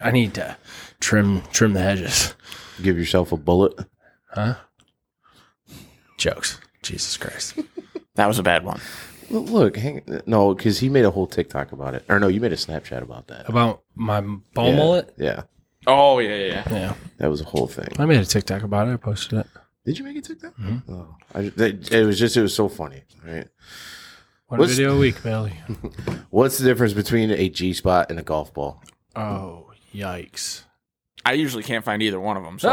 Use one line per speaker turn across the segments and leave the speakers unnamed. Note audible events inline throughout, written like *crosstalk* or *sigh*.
I need to trim trim the hedges.
Give yourself a bullet.
Jokes. Jesus Christ.
That was a bad one.
Well, look, hang, no, because he made a whole TikTok about it. Or no, you made a Snapchat about that.
About my ball
yeah,
mullet.
Yeah,
Oh yeah, yeah. yeah.
Yeah.
that was a whole thing.
I made a TikTok about it. I posted it.
Did you make a TikTok? Oh, I, that, it was just it was so funny. Right?
One
What's-
video a week, Bailey.
What's the difference between a G spot and a golf ball?
Oh, yikes.
I usually can't find either one of them, so
Oh,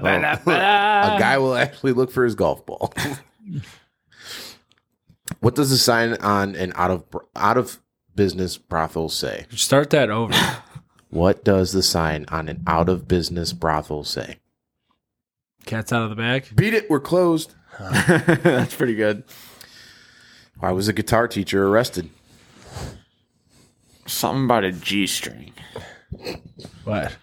I
Oh,
Um, *laughs*
a guy will actually look for his golf ball. *laughs* what does the sign on an out of out of business brothel say?
Start that over.
What does the sign on an out of business brothel say?
Cat's out of the bag.
Beat it, we're closed.
don't know. Ah! *laughs* That's pretty good.
Why was a guitar teacher arrested?
Something about a G string.
What?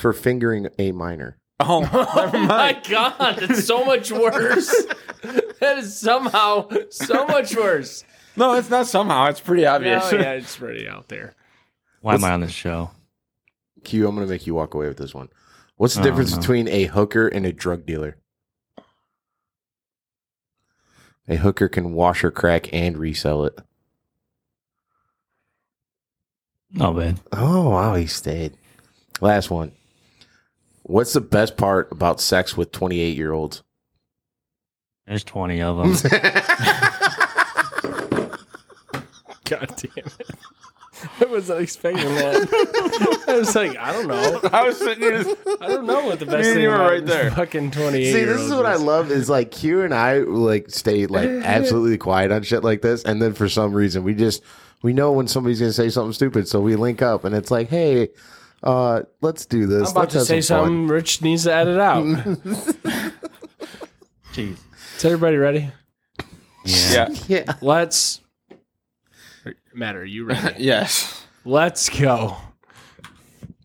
for fingering a minor.
*laughs* Oh,
Oh my god, that's so much worse. that is somehow so much worse.
no, it's not somehow. It's pretty obvious.
Oh *laughs* yeah, it's pretty out there.
Why am I on this show?
Q, I'm going to make you walk away with this one. What's the difference
no.
between a hooker and a drug dealer? A hooker can wash her crack and resell it.
Not bad.
Oh, wow, he stayed. Last one. What's the best part about sex with 28 year olds?
There's 20 of them.
God damn it. *laughs* I wasn't expecting that. *laughs* I was like, I don't know.
*laughs* I was sitting here.
I don't know
*laughs*
what the best
Me and
thing
you were
about
right
this
there.
Fucking twenty eight.
See, this is what I love is like Q and I like stay
*laughs*
like absolutely quiet on shit like this, and then for some reason we just we know when somebody's gonna say something stupid, so we link up and it's like, hey, uh, let's do this.
I'm about
let's
to
have
say
some fun.
something. Rich needs to edit
*laughs*
out.
Jeez.
is everybody ready?
Yeah.
Yeah.
*laughs* Yeah,
Let's. Matt, are you ready?
Yes.
*laughs* Let's go.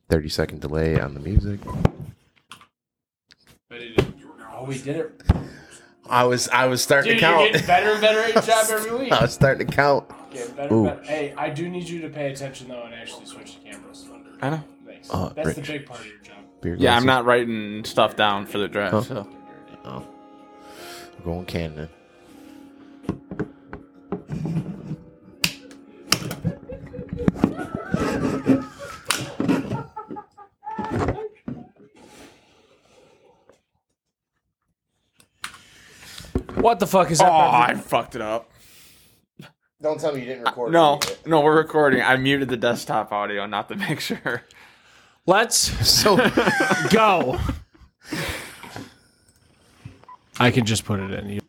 thirty second delay on the music.
Oh, we did it.
I was I was starting
Dude, you're getting better and better at your job every week.
*laughs* I was starting to count.
Getting better
Ooh.
and better. Hey, I do need you to pay attention though and actually switch the cameras.
I know.
Thanks.
Uh,
That's the
Rich.
big part of your job.
Beer
Yeah, I'm
glasses. Oh.
not writing stuff down for the draft. So.
We're going Canada.
What the fuck is
Oh,
that?
I fucked it up.
Don't tell me you
Uh,
didn't record. *laughs*
No, no, we're recording. I muted the desktop audio, not the *laughs* picture.
Let's
So
go. I can just put it in. You-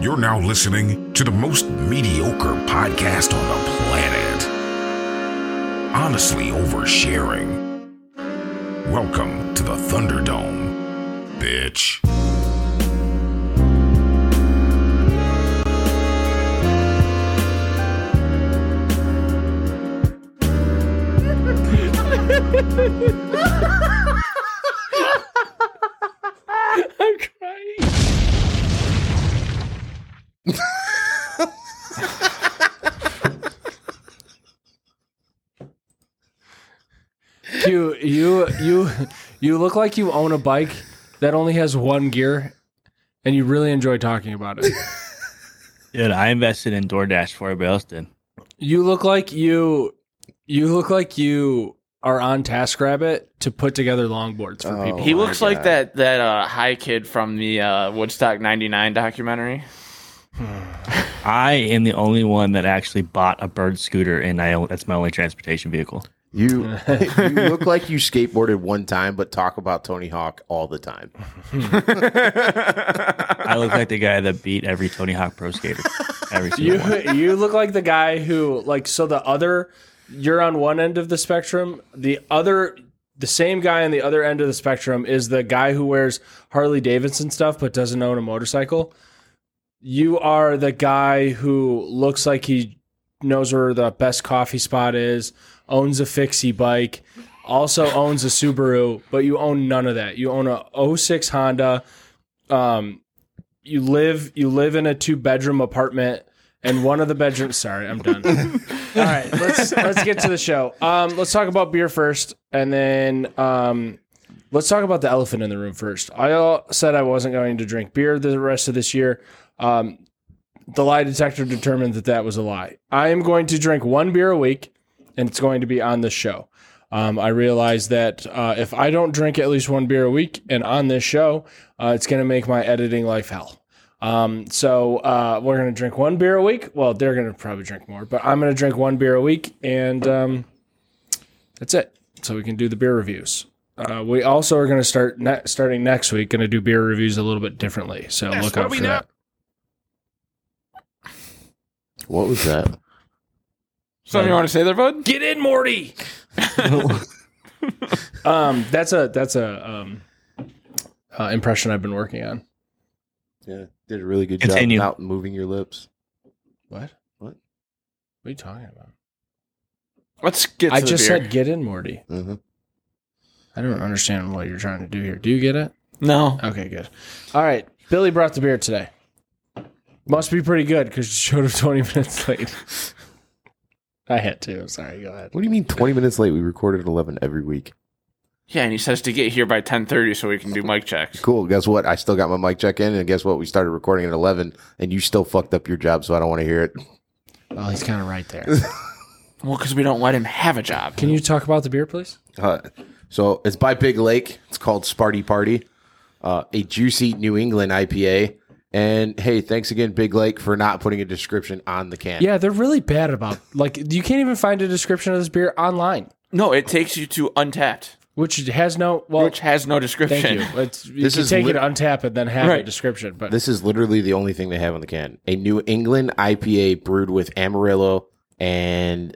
You're now listening to the most mediocre podcast on the planet. Honestly, oversharing. Welcome to the Thunderdome, bitch.
I'm crying. you you you you look like you own a bike that only has one gear and you really enjoy talking about it.
Dude, I invested in DoorDash before everybody else did.
You look like you you look like you are on TaskRabbit to put together longboards for
Oh.
people.
he
my
looks like
God.
that that uh, high kid from the uh, Woodstock '99 documentary.
I am the only one that actually bought a bird scooter, and I own, that's my only transportation vehicle.
you
*laughs*
you look like you skateboarded one time, but talk about Tony Hawk all the time.
I look like the guy that beat every Tony Hawk pro skater. Every single
You
one.
you look like the guy who like so the other you're on one end of the spectrum. The other the same guy on the other end of the spectrum is the guy who wears Harley Davidson stuff but doesn't own a motorcycle. You are the guy who looks like he knows where the best coffee spot is, owns a fixie bike, also owns a Subaru, but you own none of that. You own a 06 Honda. Um, you live you live in a two bedroom apartment and one of the bedrooms. Sorry, I'm done. All right, let's let's get to the show. Um, let's talk about beer first, and then um, let's talk about the elephant in the room first. I all said I wasn't going to drink beer the rest of this year. Um, the lie detector determined that that was a lie. I am going to drink one beer a week, and it's going to be on this show. Um, I realize that uh, if I don't drink at least one beer a week and on this show, uh, it's going to make my editing life hell. Um, so uh, we're going to drink one beer a week. Well, they're going to probably drink more, but I'm going to drink one beer a week, and um, that's it. So we can do the beer reviews. Uh, we also are going to start ne- starting next week. Going to do beer reviews a little bit differently. So look out for that.
What was that?
Something you want to say there, bud?
Get in, Morty. um, that's a that's a um, uh, impression I've been working on.
Yeah, did a really good
Continue.
job without moving your lips.
What?
What?
What are you talking about?
Let's get to
I
the
just
beer.
said get in, Morty.
Uh-huh.
I don't understand what you're trying to do here. Do you get it?
no.
Okay, good. All right. Billy brought the beer today. Must be pretty good because you showed up *laughs* 20 minutes late. I had to. I'm sorry. Go ahead.
What do you mean? Twenty minutes late? We recorded at eleven every week.
Yeah, and he says to get here by 10:30 so we can do mic checks.
Cool. Guess what? I still got my mic check in, and guess what? We started recording at eleven, and you still fucked up your job, so I don't want to hear it. *laughs*
Oh, he's kind of right
*laughs*
there.
Well, because we don't let him have a job.
Can you talk about the beer, please?
Uh, so it's by Big Lake. It's called Sparty Party, uh, a juicy New England IPA. And hey, thanks again, Big Lake, for not putting a description on the can.
Yeah, they're really bad about like you can't even find a description of this beer online,
No, it takes you to Untapped,
which has no well.
which has no description.
thank you. It's, you
This
can
is
take
lit-
it, untap, and then have a
Right.
description. But
This is literally the only thing they have on the can. A New England IPA brewed with Amarillo and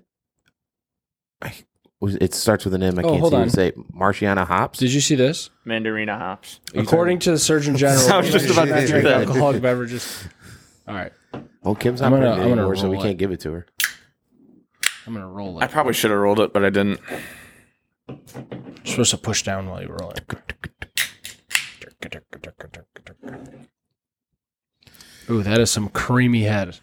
I, was- it starts with an M. I
Oh,
can't
hold
see
on.
what to say. Marciana hops.
did you see this?
Mandarina hops.
According to the Surgeon *laughs* General,
I was just about to
women should not
do
drink
that.
alcoholic beverages. All right,
oh, Kim's
I'm
not
gonna-
pregnant
I'm gonna
anymore, so
roll
we
it.
can't give it to her.
I'm gonna roll
I
it.
probably should have rolled it, but I didn't.
You're supposed to push down while you roll it. Ooh, that is some creamy head.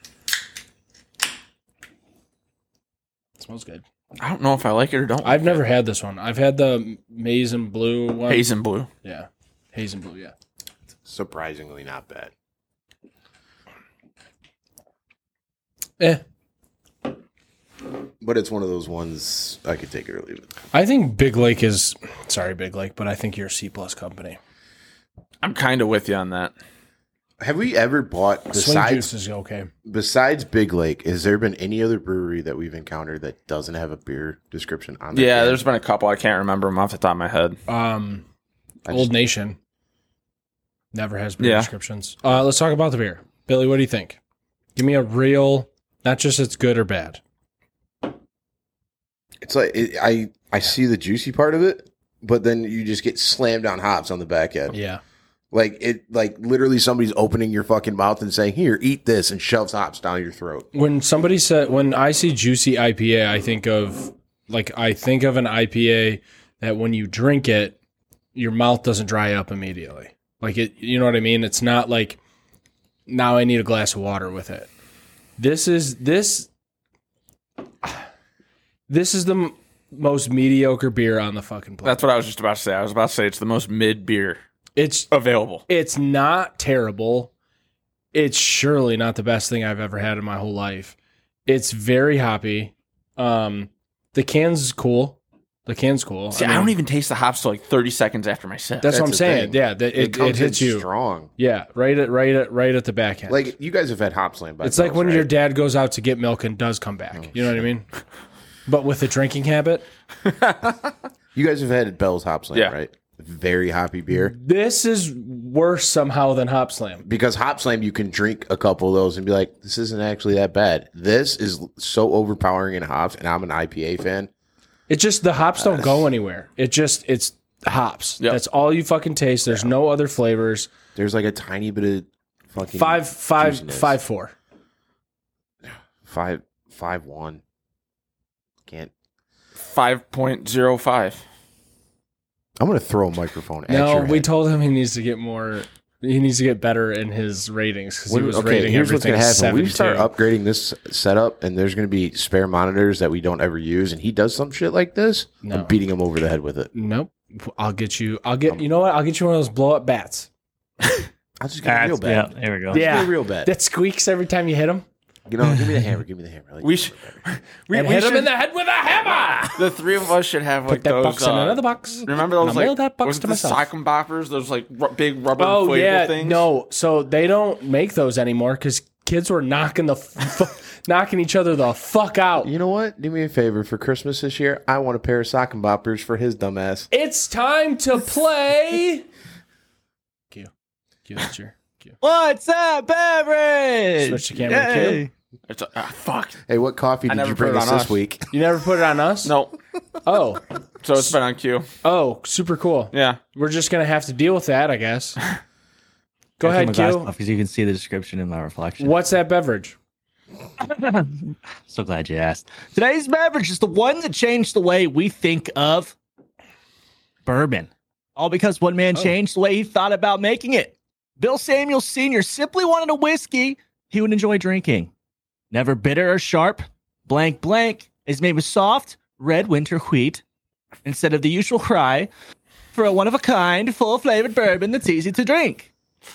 smells good.
I don't know if I like it or don't.
I've never had this one. I've had the maize and blue one.
Haze and blue.
Yeah. Haze and blue, yeah.
Surprisingly, not bad.
Eh.
But it's one of those ones I could take it or leave it.
I think Big Lake is sorry, Big Lake, but I think you're a C plus company.
I'm kind of with you on that.
Have we ever bought
Swing
besides
juice is okay.
besides Big Lake? Has there been any other brewery that we've encountered that doesn't have a beer description on? their
Yeah,
can?
there's been a couple. I can't remember them off the top of my head.
Um
I
Old
just-
Nation never has beer
Yeah.
descriptions. Uh, let's talk about the beer. Billy, what do you think? Give me a real, not just it's good or bad.
It's like it, I I see the juicy part of it, but then you just get slammed on hops on the back end.
Yeah.
Like it, like literally somebody's opening your fucking mouth and saying, "Here, eat this," and shoves hops down your throat.
When somebody said, when I see juicy IPA, I think of, like, I think of an IPA that when you drink it, your mouth doesn't dry up immediately. Like, it, you know what I mean? It's not like, now I need a glass of water with it. This is, this, *sighs* this is the m- most mediocre beer on the fucking planet.
That's what I was just about to say. I was about to say it's the most mid beer
It's
available.
it's not terrible. It's surely not the best thing I've ever had in my whole life. It's very hoppy. Um, the can's cool. The can's cool.
See, I,
mean,
don't even taste the hops till like 30 seconds after my sip.
That's, what
That's
I'm
the
saying.
thing.
Yeah, that it, it,
comes in
hits you.
strong.
Yeah, right at right at right at the back end.
Like you guys have had hops slammed by.
it's like
dogs,
when
right?
your dad goes out to get milk and does come back. you know what I mean? But with a drinking habit,
you guys have had Bell's hop slam,
Yeah.
right? Very hoppy beer.
this is worse somehow than Hop Slam.
Because hop slam, you can drink a couple of those and be like, "This isn't actually that bad." This is so overpowering in hops, and I'm an IPA fan.
It just the hops don't go anywhere. It just it's hops.
Yep.
That's all you fucking taste. There's no other flavors.
There's like a tiny bit of fucking
Five, five,
juiciness.
five, four.
five five one. Can't.
5.05.
I'm gonna throw a microphone at
No,
your
we
head.
told him he needs to get more He needs to get better in his ratings because he
When-
was
okay,
rating
here's what's
everything
gonna happen. We start
17.
upgrading this setup, and there's gonna be spare monitors that we don't ever use, and he does some shit like this.
No.
I'm beating him over the head with it.
Nope. I'll get you. I'll get.
Um,
You know what? I'll get you one of those blow up bats.
I just get
That's-
real
yeah,
bad.
there we go.
Yeah.
Get real bad.
That squeaks every time you hit him.
You know, give me the hammer. Give me the hammer. Like,
We, sh- we,
And
we
hit
should,
him in the head with a hammer.
the three of us should have like
Put that
those.
box in
uh,
another box.
Remember
and
those
I mailed
like
that box
was it
to
the
myself.
sock and boppers? Those like ru- big rubber
Oh
inflatable
yeah,
things.
no. So they don't make those anymore because kids were knocking the f- *laughs* knocking each other the fuck out.
*laughs* you know what? Do me a favor for Christmas this year. I want a pair of sock and boppers for his dumbass.
It's time to play. *laughs* Q, Q, that's your Q.
What's up, beverage?
Switch the camera to Caleb.
Yay.
it's a, ah,
*laughs*
fuck.
Hey, what coffee
I
did
never
you
put
bring
it
us
on
this
us.
week?
You never put it on us.
No,
Oh,
so it's been on cue.
oh, super cool.
Yeah,
We're just gonna have to deal with that, I guess. Go
I took my
ahead,
glasses
Q.
off Because you can see the description in my reflection.
What's that beverage?
So glad you asked. Today's beverage is the one that changed the way we think of bourbon. All because one man
Oh.
changed the way he thought about making it. Bill Samuels Sr. simply wanted a whiskey he would enjoy drinking. Never bitter or sharp. Blank blank is made with soft red winter wheat instead of the usual cry for a one of a kind, full flavored bourbon that's easy to drink.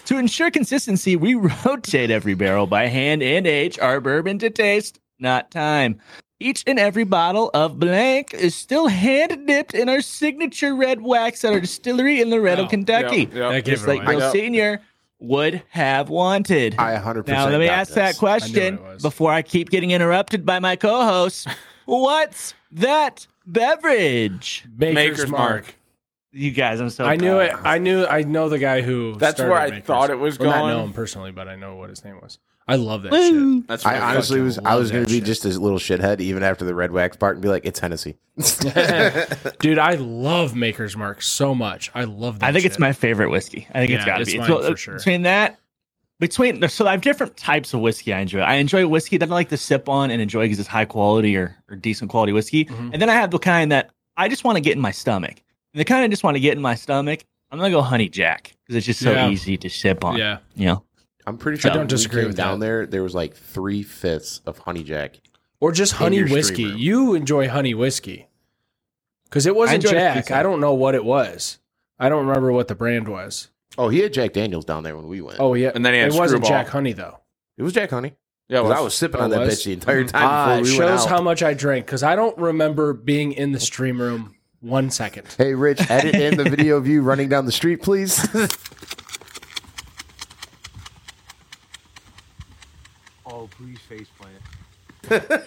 To ensure consistency, we *laughs* rotate every barrel by hand and age our bourbon to taste, not time. Each and every bottle of blank is still hand dipped in our signature red wax at our distillery in Loretto,
Oh,
Kentucky.
Yep, yep.
gave
Just like Bill
Yep.
Senior would have wanted.
*laughs* I 100. percent
now let me ask that question
I knew it was.
before I keep getting interrupted by my co-hosts. What's that beverage?
Maker's,
Maker's
Mark.
Mark.
You guys, I'm so
I knew it.
proud.
I knew. I know the guy who.
That's
started
where I
Maker's.
thought it was
Well, Not
going.
know him personally, but I know what his name was. I love that
Woo.
that's.
I
really
honestly
fucking
was. I
love
was going
that
to be
shit.
just a little shithead even after the red wax part and be like, it's
*laughs*
Hennessy. *laughs*
shit, dude. I love Maker's Mark so much. I love that.
I think it's
shit.
my favorite whiskey. I think it's
Yeah,
got to
it's
be
mine
So, uh,
for sure.
between that. Between so I have different types of whiskey I enjoy. I enjoy whiskey that I like to sip on and enjoy because it's high quality or, or decent quality whiskey.
Mhm.
And then I have the kind that I just want to get in my stomach. And the kind I just want to get in my stomach, I'm gonna go honey jack because it's just so
Yeah.
easy to sip on.
Yeah,
You know,
I'm pretty sure.
don't
when we
disagree
came
with
down
that.
there. There was like three fifths of honey jack.
or just honey
your stream
whiskey.
room.
You enjoy honey whiskey because it wasn't
enjoy it
Jack.
too.
I don't know what it was. I don't remember what the brand was.
Oh, he had Jack Daniels down there when we went.
Oh yeah,
And then he had
it wasn't
Screwball.
Jack Honey though.
it was Jack Honey.
Yeah, it
'Cause
was.
I was sipping
Oh,
on that
was?
bitch the entire
Ah,
time
it
before we went
shows
out.
how much I drank because I don't remember being in the stream room one second.
hey, Rich, edit in the video
*laughs*
of you running down the street, please.
Oh, please face plant.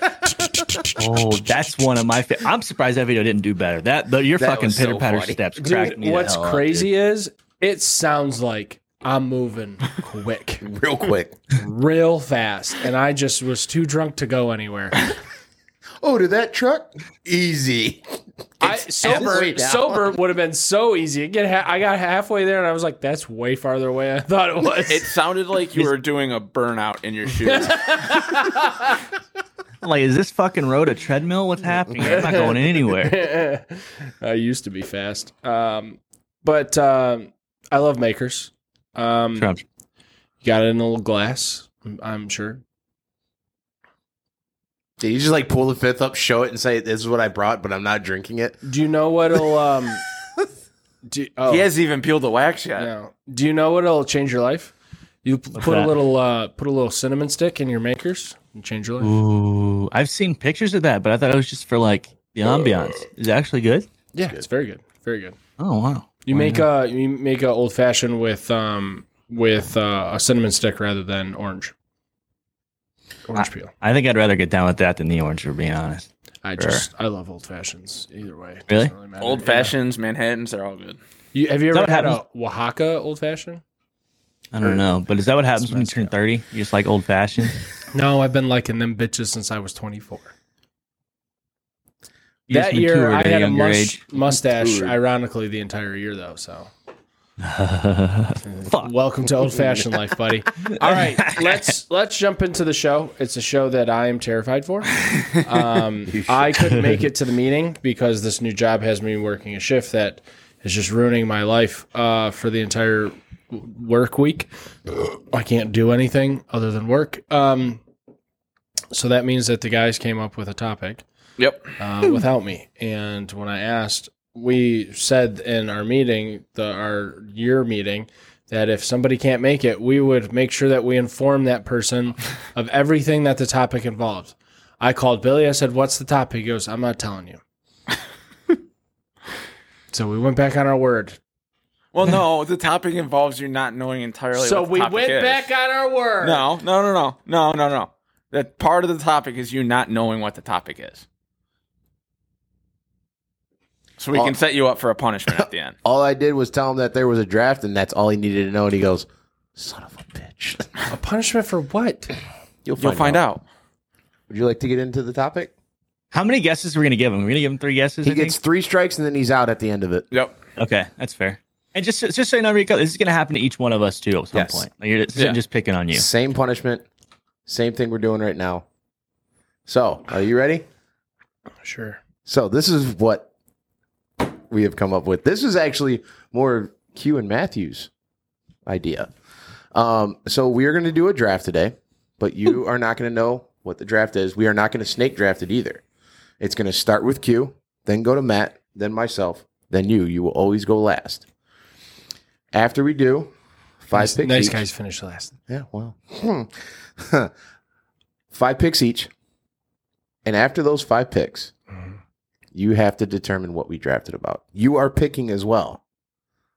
oh, *laughs* that's one of my. Fa- I'm surprised that video didn't do better. That the, your
That
fucking
was so
pitter patter
funny.
steps cracked
Dude,
me. the
what's
hell up, dude.
crazy is it sounds like I'm moving
*laughs*
quick,
*laughs* Real quick.
real fast, and I just was too drunk to go anywhere.
Oh, to that truck? Easy.
I,
It's
sober,
halfway down.
sober would have been so easy. Get ha- I got halfway there and I was like, "That's way farther away." I thought it
*laughs*
was.
It sounded like you were doing a burnout *laughs* in your shoes.
I'm Like, is this fucking road a treadmill? What's happening? I'm not
*laughs*
going anywhere.
*laughs* I used to be fast, um, but um, I love makers. Um,
Trump.
you got it in a little glass. I'm, I'm sure.
Did you just like pull the fifth up, show it, and say, this is what I brought, but I'm not drinking it?
Do you know what'll? Um, do, oh,
He hasn't even peeled the wax yet.
No. Do you know what'll change your life? You p- put a
that?
little uh, put a little cinnamon stick in your makers and change your life.
Ooh, I've seen pictures of that, but I thought it was just for like the ambiance. Is it actually good?
yeah, it's very good. Very good.
Oh wow!
You
Why
make
not?
a you make a old fashioned with um with uh, a cinnamon stick rather than orange. Orange peel.
I think I'd rather get down with that than the orange, for being honest.
I just I love old fashions either way. It
Really?
doesn't matter.
Old
Yeah.
fashions, Manhattans, they're all good.
You, have you
Is
ever had
that what
a Oaxaca old fashioned?
I don't know, but is that what happens when you
messed
turn
up.
thirty? You just like old fashioned.
No, I've been liking them bitches since I was twenty four.
You
that
just
year
matured
I
at
had a
younger
mus-
age.
mustache, ironically, the entire year though. So
*laughs* Fuck.
Welcome to old fashioned life,
*laughs*
buddy. All right, let's let's jump into the show. It's a show that I am terrified for.
*laughs*
Um, I couldn't make it to the meeting because this new job has me working a shift that is just ruining my life uh, for the entire work
*clears throat*
week. I can't do anything other than work. Um, so that means that the guys came up with a topic
Yep.
uh, without me. And when I asked, we said in our meeting, the our year meeting, that if somebody can't make it, we would make sure that we inform that person of everything that the topic involved. I called Billy. I said, "What's the topic?" He goes, "I'm not telling you." *laughs* so we went back on our word.
Well, no, the topic involves you not knowing entirely.
so
what the
we
topic
went
is.
back on our word.
No, no, no, no, no, no, no. That part of the topic is you not knowing what the topic is. So we
Oh.
can set you up for a punishment at the end.
All I did was tell him that there was a draft, and that's all he needed to know. And he goes, "Son of a bitch." *laughs*
a punishment for what?
You'll find out.
Would you like to get into the topic?
How many guesses are we gonna give him? We're gonna give him three guesses.
He
I
gets three strikes, and then he's out at the end of it.
Yep.
think? okay, that's fair. And just just so you know, Rico, this is gonna happen to each one of us too at some
Yes.
point. Like, you're this
Yeah.
isn't just picking on you.
Same punishment, same thing we're doing right now. So, are you ready?
Sure.
So, this is what we have come up with. This is actually more of Q and Matthew's idea. Um, so, we are going to do a draft today,
*laughs*
but you are not going to know what the draft is. We are not going to snake draft it either. It's going to start with Q, then go to Matt, then myself, then you. You will always go last. After we do, five
Nice,
picks.
nice
each.
guys finish last.
Yeah, wow. Hmm. *laughs* five picks each. And after those five picks, you have to determine what we drafted about. You are picking as well.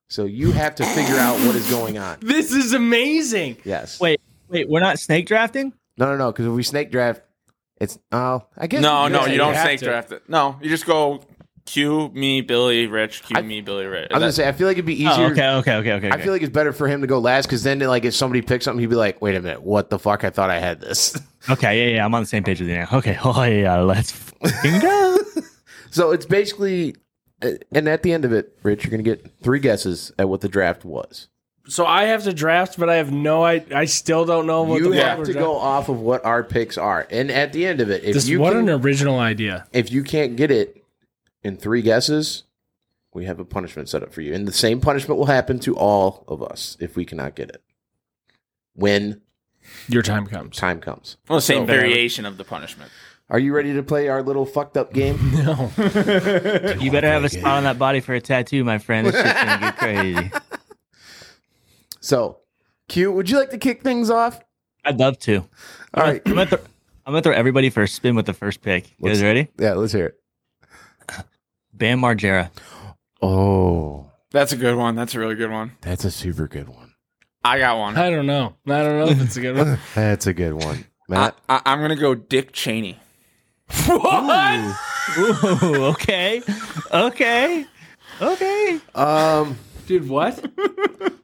So you have to figure out what is going on.
This is amazing.
Yes.
Wait, wait, we're not snake drafting?
No, no, no. Because if we snake draft, it's, oh, I guess.
No,
we
no,
could.
you don't
have
snake
to.
draft it. No, you just go Q me Billy Rich, Q
I-
me Billy Rich.
I was going to say, I feel like it'd be easier.
Oh, okay, okay, okay, okay.
I feel like it's better for him to go last because then, like, if somebody picks something, he'd be like, wait a minute, what the fuck? I thought I had this.
okay, yeah, yeah. I'm on the same page with you now. Okay, *laughs* oh yeah, let's fucking go.
So it's basically, uh, and at the end of it, Rich, you're going to get three guesses at what the draft was.
So I have to draft, but I have no. I I still don't know what
you
the fuck
have
we're
to
draft-
go off of what our picks are, and at the end of it, if
This,
you
what
can,
an original idea.
if you can't get it in three guesses, we have a punishment set up for you, and the same punishment will happen to all of us if we cannot get it when
Your time comes.
time comes.
well, same
So-
variation of the punishment.
Are you ready to play our little fucked up game?
No.
You better have a spot on that body for a tattoo, my friend. This shit's gonna get crazy.
*laughs* So, Q, would you like to kick things off?
I'd love to.
All right,
I'm gonna, throw, I'm gonna throw everybody for a spin with the first pick. You
Let's-
guys ready?
yeah, let's hear it.
Bam Margera.
Oh,
That's a good one. That's a really good one.
that's a super good one.
I got one. I,
I don't know. I don't know if it's a good one.
That's a good one, Matt.
I, I'm gonna go Dick Cheney.
what?
Ooh, okay, okay, okay.
Um.
*laughs* Dude, what?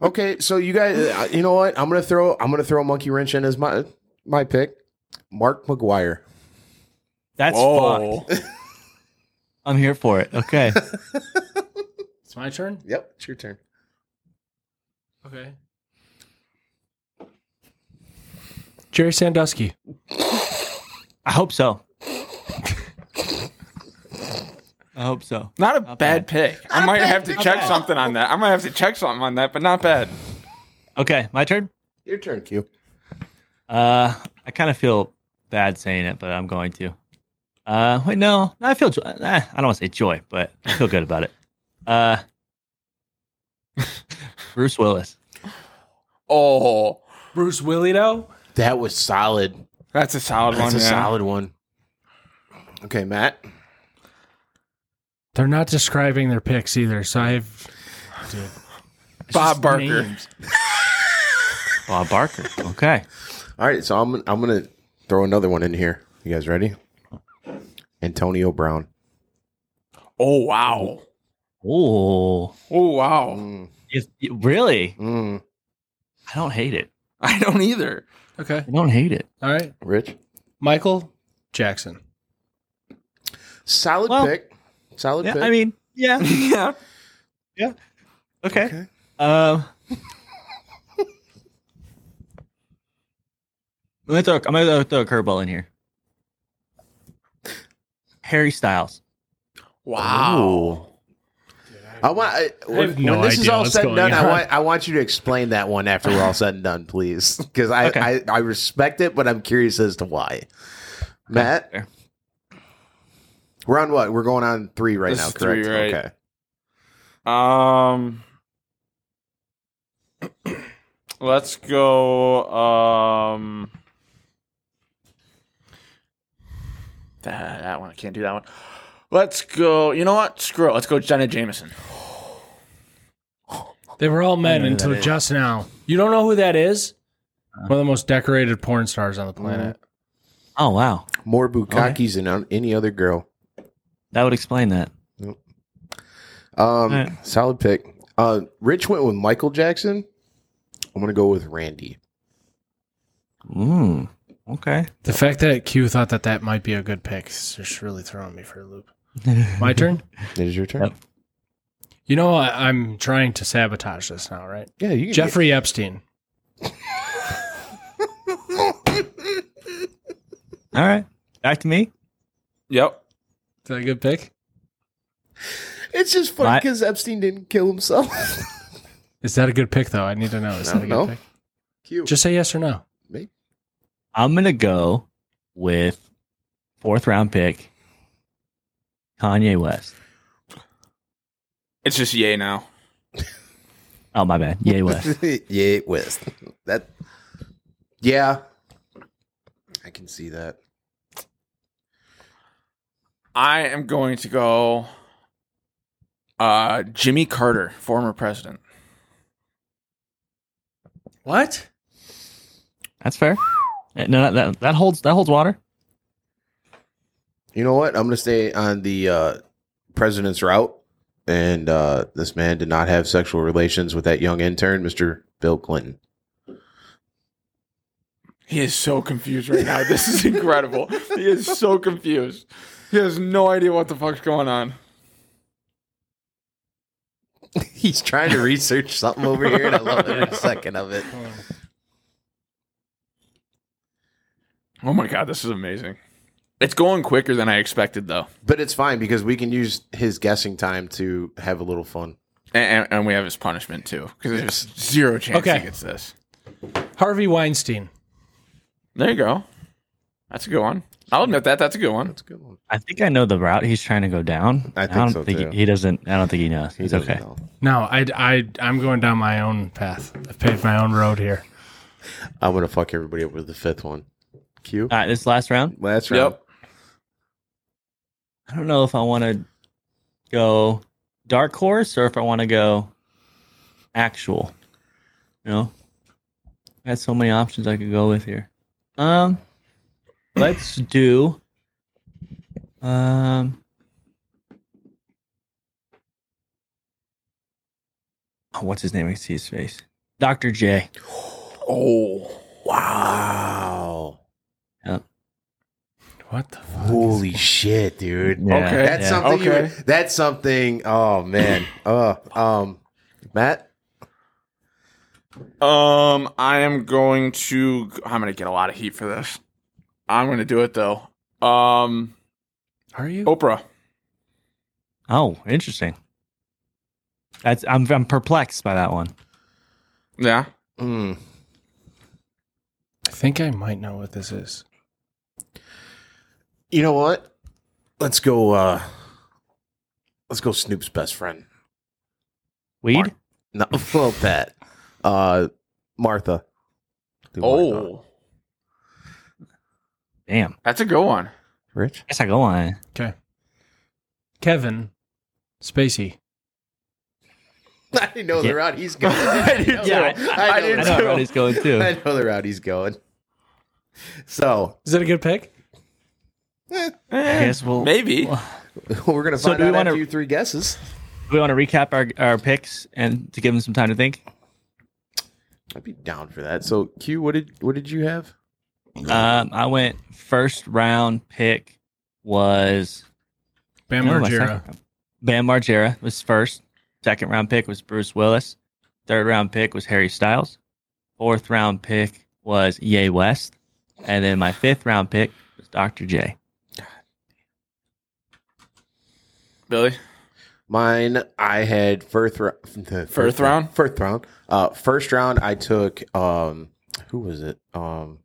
Okay, so you guys, uh, you know what? I'm gonna throw I'm gonna throw a monkey wrench in as my my pick, Mark McGuire.
That's
Whoa.
fucked. I'm here for it. Okay.
It's my turn?
Yep, it's your turn.
Okay. Jerry Sandusky.
I hope so. I hope so.
Not a bad, pick. I might have to check
bad.
something on that. I might have to check something on that, but not bad.
Okay, my turn.
Your turn, Q.
Uh, I kind of feel bad saying it, but I'm going to. Uh, wait, no, no I feel joy. Nah, I don't want to say joy, but I feel good about it. *laughs* Uh, Bruce Willis.
Oh,
Bruce Willido.
That was solid.
that's a solid
That's
one.
a
yeah.
solid one. Okay, Matt.
They're not describing their picks either, so I've. Dude. It's
Bob
just
Barker.
names.
Bob Barker. Okay.
All right, so I'm I'm gonna throw another one in here. You guys ready? Antonio Brown.
Oh wow.
Oh,
Oh wow.
Mm,
really?
mm.
I don't hate it.
I don't either. *laughs*
Okay.
I don't hate it.
All right.
Rich.
Michael Jackson.
Solid
Well-
pick. Solid
Yeah,
pick.
I mean, yeah.
yeah.
Okay. Um, I'm gonna throw, I'm gonna throw a curveball in here. Harry Styles.
Wow.
Ooh. I want. I, when,
have no
when this is
idea
all
what's
said and
going
done, I
on.
want I want you to explain that one after we're all said and done, please, *laughs* because I,
Okay.
I I respect it, but I'm curious as to why. Matt,
Fair.
we're on what? We're going on three right
This
now,
is three,
correct? Okay.
right. Um, let's go. Um, that, that one I can't do that one. Let's go. You know what? Screw it. Let's go, Jenna Jameson.
They were all men until just now. You don't know who that is? One of the most decorated porn stars on the planet.
Oh wow,
More bukakis than on any other girl.
that would explain that.
Um,
Alright.
solid pick. Uh, Rich went with Michael Jackson. I'm gonna go with Randy.
Mm.
*laughs*
Okay.
The fact that Q thought that that might be a good pick is just really throwing me for a loop. My turn?
It is your turn.
Yep.
You know, I, I'm trying to sabotage this now, right?
Yeah, you can
Jeffrey Epstein.
*laughs*
All right. Back to me.
Yep.
Is that a good pick?
It's just funny
What?
because Epstein didn't kill himself.
Is that a good pick, though? I need to know. Is that a
I
good
don't know.
pick?
*laughs* Cute.
Just say yes or no.
I'm gonna go with fourth round pick, Kanye West.
It's just yay now.
Oh my bad,
*laughs*
Yay West.
yeah, West. That. Yeah, I can see that.
I am going to go. Uh, Jimmy Carter, former president.
What?
That's fair. Uh, No, that that holds that holds water.
You know what? I'm gonna stay on the uh, president's route, and uh, this man did not have sexual relations with that young intern, Mr. Bill Clinton. *laughs*
He is so confused right now. This is incredible. he is so confused. He has no idea what the fuck's going on.
He's trying to research something over here, and I love every second of it.
Oh my god, this is amazing. It's going quicker than I expected, though,
But it's fine because we can use his guessing time to have a little fun.
and, and, and we have his punishment too, because there's zero chance
Okay.
he gets this.
Harvey Weinstein.
There you go. That's a good one. I'll admit that. That's a good one.
That's a good one.
I think I know the route he's trying to go down.
I think
don't
so,
think
too.
He, he doesn't. I don't think he knows.
He
He's
doesn't
okay.
know.
No, I, I, I'm going down my own path. I've paved my own road here.
I'm gonna fuck everybody up with the fifth one. Q.
All right, this last round.
Last round.
Yep.
I don't know if I want to go dark horse or if I want to go actual. You know, I had so many options I could go with here. Um, let's do. Um, oh, what's his name? I see his face. Doctor J.
Oh
Wow.
What the fuck?
Holy shit, dude.
Yeah,
Okay.
That's
yeah.
something you
Okay.
would- that's something oh man. Uh um Matt?
Um, I am going to. I'm gonna get a lot of heat for this. I'm gonna do it though. Um,
Are you?
Oprah.
Oh, interesting. That's I'm I'm perplexed by that one.
Yeah.
Mm.
I think I might know what this is.
You know what? Let's go uh let's go Snoop's best friend.
Weed.
No *laughs* well Pat. Uh Martha. Dude, why not?
Oh,
Damn.
that's a good one.
Rich?
Guess I go on.
Okay. Kevin Spacey.
*laughs* I didn't know
Yeah.
the route he's going. *laughs* I didn't
Yeah, I-
know.
I
know
did
the
I know
too.
where he's going *laughs*
*laughs*
too.
I know the route he's going. So
Is that a good pick?
I guess we'll.
Maybe.
*laughs* we're gonna
So
find
do we
out
wanna-
after you three guesses.
We want to recap our, our picks and to give them some time to think.
I'd be down for that. So Q, what did what did you have?
Um, I went first round pick was
Bam
no, my
Margera.
second- Bam Margera was first. Second round pick was Bruce Willis. Third round pick was Harry Styles. Fourth round pick was Ye West, and then my fifth round pick was Dr. J.
Billy.
Mine, I had first *laughs* round. First
round?
First round. Uh, first round, I took um, who was it? Um,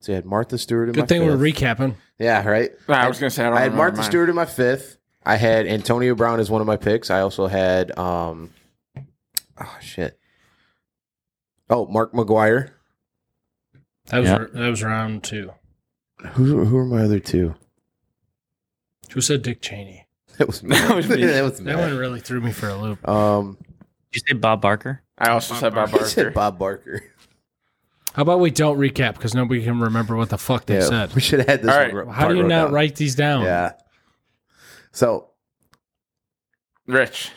so I had Martha Stewart. In my
Good thing we're
fifth.
recapping.
Yeah, right.
Nah, I was gonna say I don't
I had
remember
Martha
mine.
Stewart in my fifth. I had Antonio Brown as one of my picks. I also had um, oh shit, oh Mark McGuire.
That was
Yeah.
that was round two.
Who who are my other two?
Who said Dick Cheney?
*laughs* That was Matt.
That was
*laughs*
me.
that was
That one
Matt.
really threw me for a loop.
Um,
Did you say Bob Barker?
I also
*laughs*
said Bob
I said
Barker.
Bob Barker.
How about we don't recap because nobody can remember what the fuck they
yeah,
said.
we should have had this.
All
one
right.
wrote-
How do
part
you
wrote
not
down.
write these down?
Yeah. So
Rich,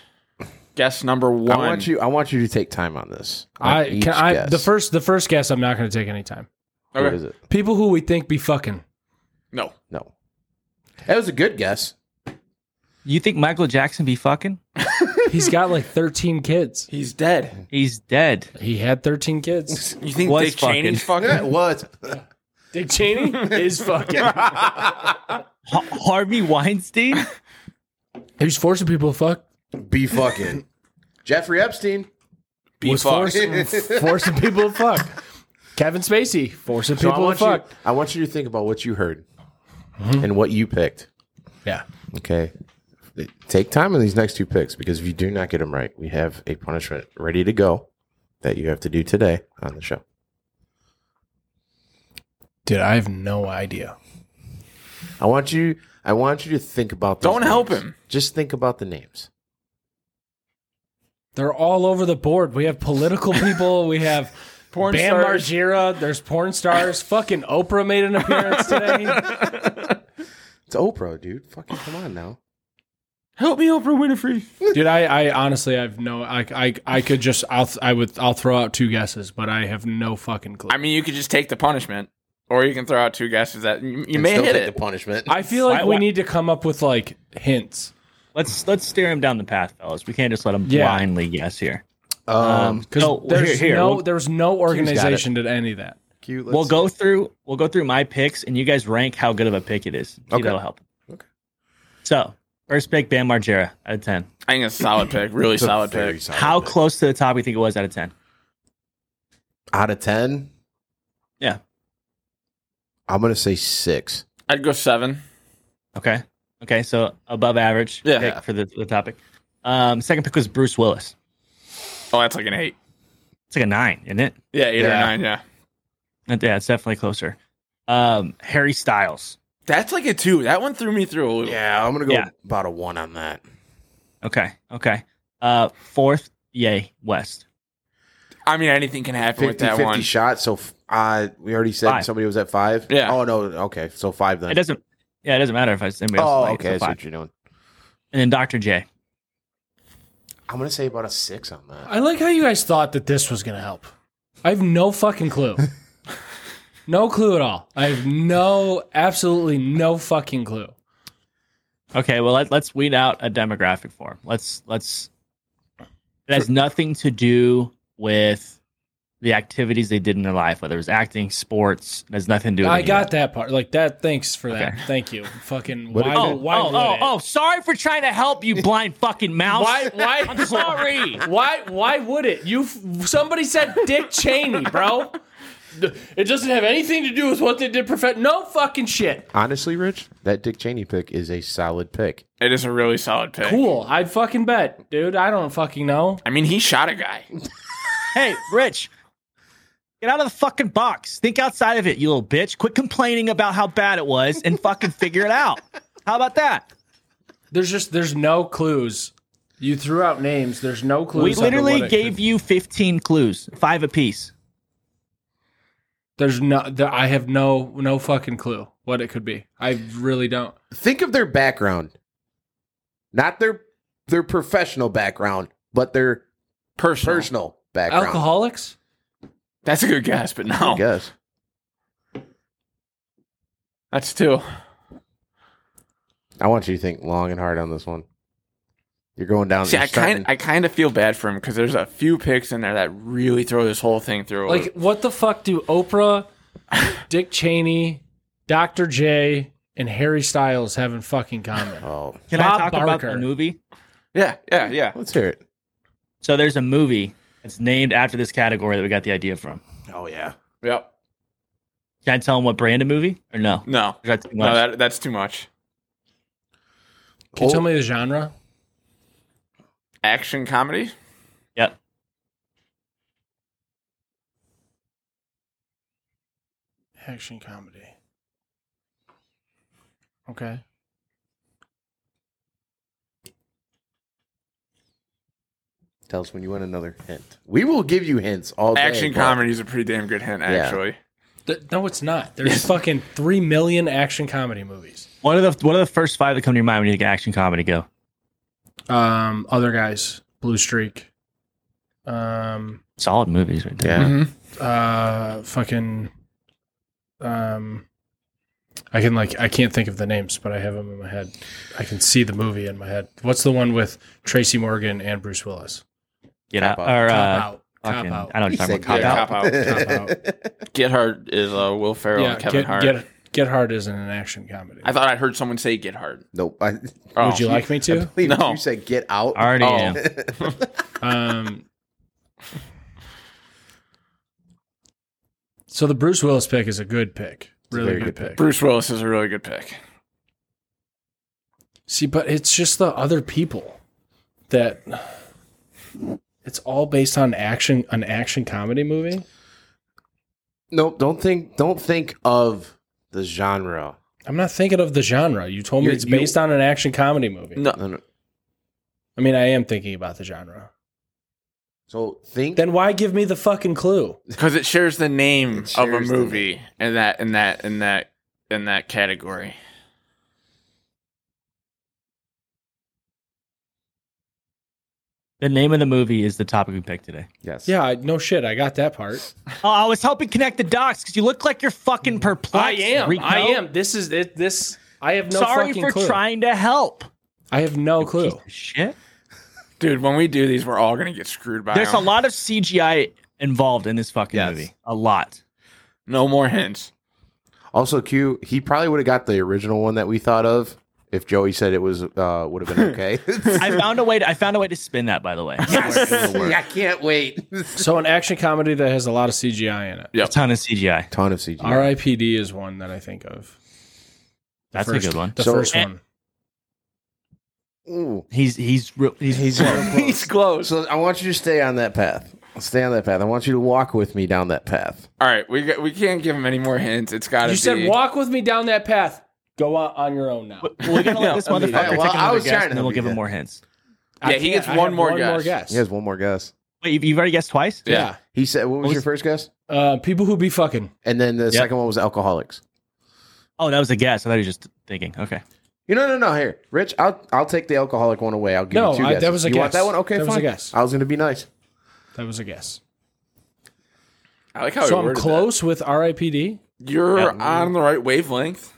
guess number
I
one.
want you. I want you to take time on this. on
I
each
can I
guess.
the first the first guess I'm not going to take any time.
Who
Okay.
is it?
People who we think be fucking.
No,
No. That was a good guess.
You think Michael Jackson be fucking?
He's got like 13 kids.
he's dead.
He's dead.
He had 13
*laughs*
kids.
You think
Was
Dick Cheney's fucking?
Yeah, it was. *laughs*
Dick Cheney is fucking.
Ha- Harvey Weinstein?
He's forcing people to fuck.
Be fucking Jeffrey Epstein.
Be
was
fucked.
*laughs*
forcing, forcing people to fuck. Kevin Spacey forcing
So I
people to
want you.
fuck.
I want you to think about what you heard
Mm-hmm.
and what you picked.
Yeah.
Okay. Take time on these next two picks because if you do not get them right, we have a punishment ready to go that you have to do today on the show.
Dude, I have no idea.
I want you. I want you to think about. these
Don't help
names.
him.
Just think about the names.
They're all over the board. We have political people. We have
Porn
Bam
stars.
Margera. There's porn stars. Fucking Oprah made an appearance today.
It's Oprah, dude. Fucking come on now. *laughs*
Help me, Oprah Winfrey.
Dude, I, I honestly, I've no, I, I, I could just, I'll, I would, I'll throw out two guesses, but I have no fucking clue.
I mean, you could just take the punishment, or you can throw out two guesses that you, you
And
may
still
hit
take
it.
the punishment.
I feel like
Why-
we
why-
need to come up with like hints
Let's let's steer him down the path, fellas. We can't just let him
Yeah.
blindly guess here.
um,
because
Oh, well,
there's
here- here,
no,
we'll-
there's no
got it.
organization did any of that.
cute.
we'll go through we'll go through my picks and you guys rank how good of a pick it is. See,
Okay.
That'll help.
Okay.
So first pick, Bam Margera out of ten.
I think it's a solid
*laughs*
pick. Really solid pick.
how close to the top do you think it was out of ten?
out of ten?
Yeah.
I'm gonna say six.
I'd go seven.
Okay. Okay. So above average
Yeah.
pick for the, the topic. Um, second pick was Bruce Willis.
Oh, that's like an eight.
It's like a nine, isn't it?
Yeah, eight
Yeah.
or nine. Yeah,
Yeah, it's definitely closer. Um, Harry Styles.
that's like a two. That one threw me through a loop.
Yeah, I'm gonna go
Yeah.
about a one on that.
Okay. Okay. Uh, fourth, Yay West.
I mean, anything can happen
50,
with that
50
one.
shot. So f- uh, we already said
Five.
somebody was at five.
Yeah.
Oh no. Okay. So five
It
then.
doesn't. Yeah, it doesn't matter if I anybody else.
oh,
is late,
okay.
so
That's
fine.
what you're doing.
And then Dr. J.
I'm gonna say about a six on that.
I like how you guys thought that this was gonna help. I have no fucking clue. no clue at all. I have no, absolutely no fucking clue.
Okay, well let, let's weed out a demographic for him. Let's let's. It has nothing to do with the activities they did in their life, whether it was acting, sports. It has nothing to do. with
I
any of
got that part. Like that. Thanks for
Okay.
that. Thank you. Fucking.
What
Why?
did-
Oh,
why
oh,
would
oh,
it?
oh, sorry for trying to help
*laughs*
you, blind fucking mouse.
Why? Why?
*laughs* I'm sorry.
Why? Why would it? You. f- Somebody said Dick Cheney, bro. *laughs* It doesn't have anything to do with what they did. Perfect. No fucking shit.
Honestly, Rich, that Dick Cheney pick is a solid pick.
It is a really solid pick.
Cool. I'd fucking bet, dude. I don't fucking know.
I mean, he shot a guy.
hey, Rich, get out of the fucking box. Think outside of it, you little bitch. Quit complaining about how bad it was and fucking figure it out. How about that?
There's just. There's no clues. You threw out names. There's no clues.
We
under what
literally
it
gave
could-
you 15 clues, five apiece.
There's no. There, I have no. No fucking clue what it could be. I really don't.
Think of their background, not their their professional background, but their
Personal.
personal background.
Alcoholics.
That's a good guess, but no.
I guess.
That's two.
I want you to think long and hard on this one. You're going down.
See,
you're
I kind
starting-
I kind of feel bad for him because there's a few picks in there that really throw this whole thing through. a
Like *laughs*
loop.
what the fuck do Oprah, Dick Cheney, Dr. J, and Harry Styles having fucking comment.
Oh,
Can
Bob
I talk about
Barker.
the movie?
Yeah, yeah, yeah.
let's hear it.
So there's a movie that's named after this category that we got the idea from.
Oh yeah.
Yep.
Can I tell them what brand of movie or no?
No.
Is that too much?
No, that, that's too much.
Can you
Oh.
tell me the genre?
Action comedy?
yep.
Action comedy. Okay.
Tell us when you want another hint. We will give you hints all day.
action
but-
comedy is a pretty damn good hint, actually.
Th- no, it's not. *laughs* There's fucking three million action comedy movies.
What are the what are the first five that come to your mind when you think action comedy go?
Um, other guys, Blue Streak. Um,
Solid movies right there.
Yeah.
uh, fucking. Um, I can like I can't think of the names, but I have them in my head. I can see the movie in my head. What's the one with Tracy Morgan and Bruce Willis?
Get out
Cop
or
Cop
uh,
out. Cop
fucking, I
out.
don't know what
He
you're talking
said
about cop
get
out.
out.
Cop out.
Get Hard is uh, Will Ferrell
yeah,
and Kevin
get,
Hart.
get get hard isn't an action comedy.
I thought I heard someone say Get Hard.
*laughs* Nope. I,
Oh.
Would you like me
I
to?
believe
No.
you said get out.
I Already
Oh.
am.
*laughs* Um, so the Bruce Willis pick is a good pick,
a
really
very
good,
good
pick.
Bruce Willis is a really good pick.
See, but it's just the other people that it's all based on action, an action comedy movie.
Nope. Don't think. Don't think of the genre.
I'm not thinking of the genre. You told me
You're-
it's
you-
based on an action comedy movie.
No.
No, no.
I mean, I am thinking about the genre.
So think.
Then why give me the fucking clue?
Because it shares the name
It
of a
shares the
movie in that in that in that in that category.
The name of the movie is the topic we picked today.
yes.
Yeah, I, no shit. I got that part.
Oh, I was helping connect the dots because you look like you're fucking
I
perplexed.
am.
Rico.
I am. This is it. This I have no
Sorry
fucking
for
clue.
trying to help.
I have no clue.
Shit.
Dude, when we do these, we're all gonna get screwed by
There's a
them.
lot of CGI involved in this fucking
Yes.
movie. A lot.
No more hints.
Also, Q. He probably would have got the original one that we thought of if Joey said it was uh, would have been *laughs* okay.
I found a way. To, I found a way to spin that. By the way,
I can't wait.
*laughs* So an action comedy that has a lot of CGI in it.
a ton of CGI.
Ton of CGI.
R.I.P.D. is one that I think of. The
That's a
first-
good one.
The
So-
first
Eh.
one.
Ooh.
He's he's real. He's,
He's
He's close.
so I want you to stay on that path. Stay on that path. I want you to walk with me down that path.
all right, we got- we can't give him any more hints. It's gotta
You
be
said walk with me down that path. Go on, on your own now.
we're gonna let this
I mean,
motherfucker
yeah,
take
well, I
another
was
guess,
trying to
and then
help
we'll
you
give him
there.
more hints.
I
Yeah, he
can't-
gets
I
one
have
more
one more
guess.
guess.
He has one more guess.
Wait, you've- you've already guessed twice.
Yeah.
Yeah.
He said, "What was,
was-
your first guess?"
Uh, people who be fucking.
And then the second one was alcoholics.
Oh, that was a guess. I thought he was just thinking. Okay.
You know, no, no. Here, Rich, I'll I'll take the alcoholic one away. I'll give
No,
you two
I- that
guesses.
was a
you want
guess.
that one? Okay,
That
fine.
was a guess.
I was going to be nice.
That was a guess.
I like how
so
he
I'm
worded
close with R.I.P.D.
that. You're on the right wavelength.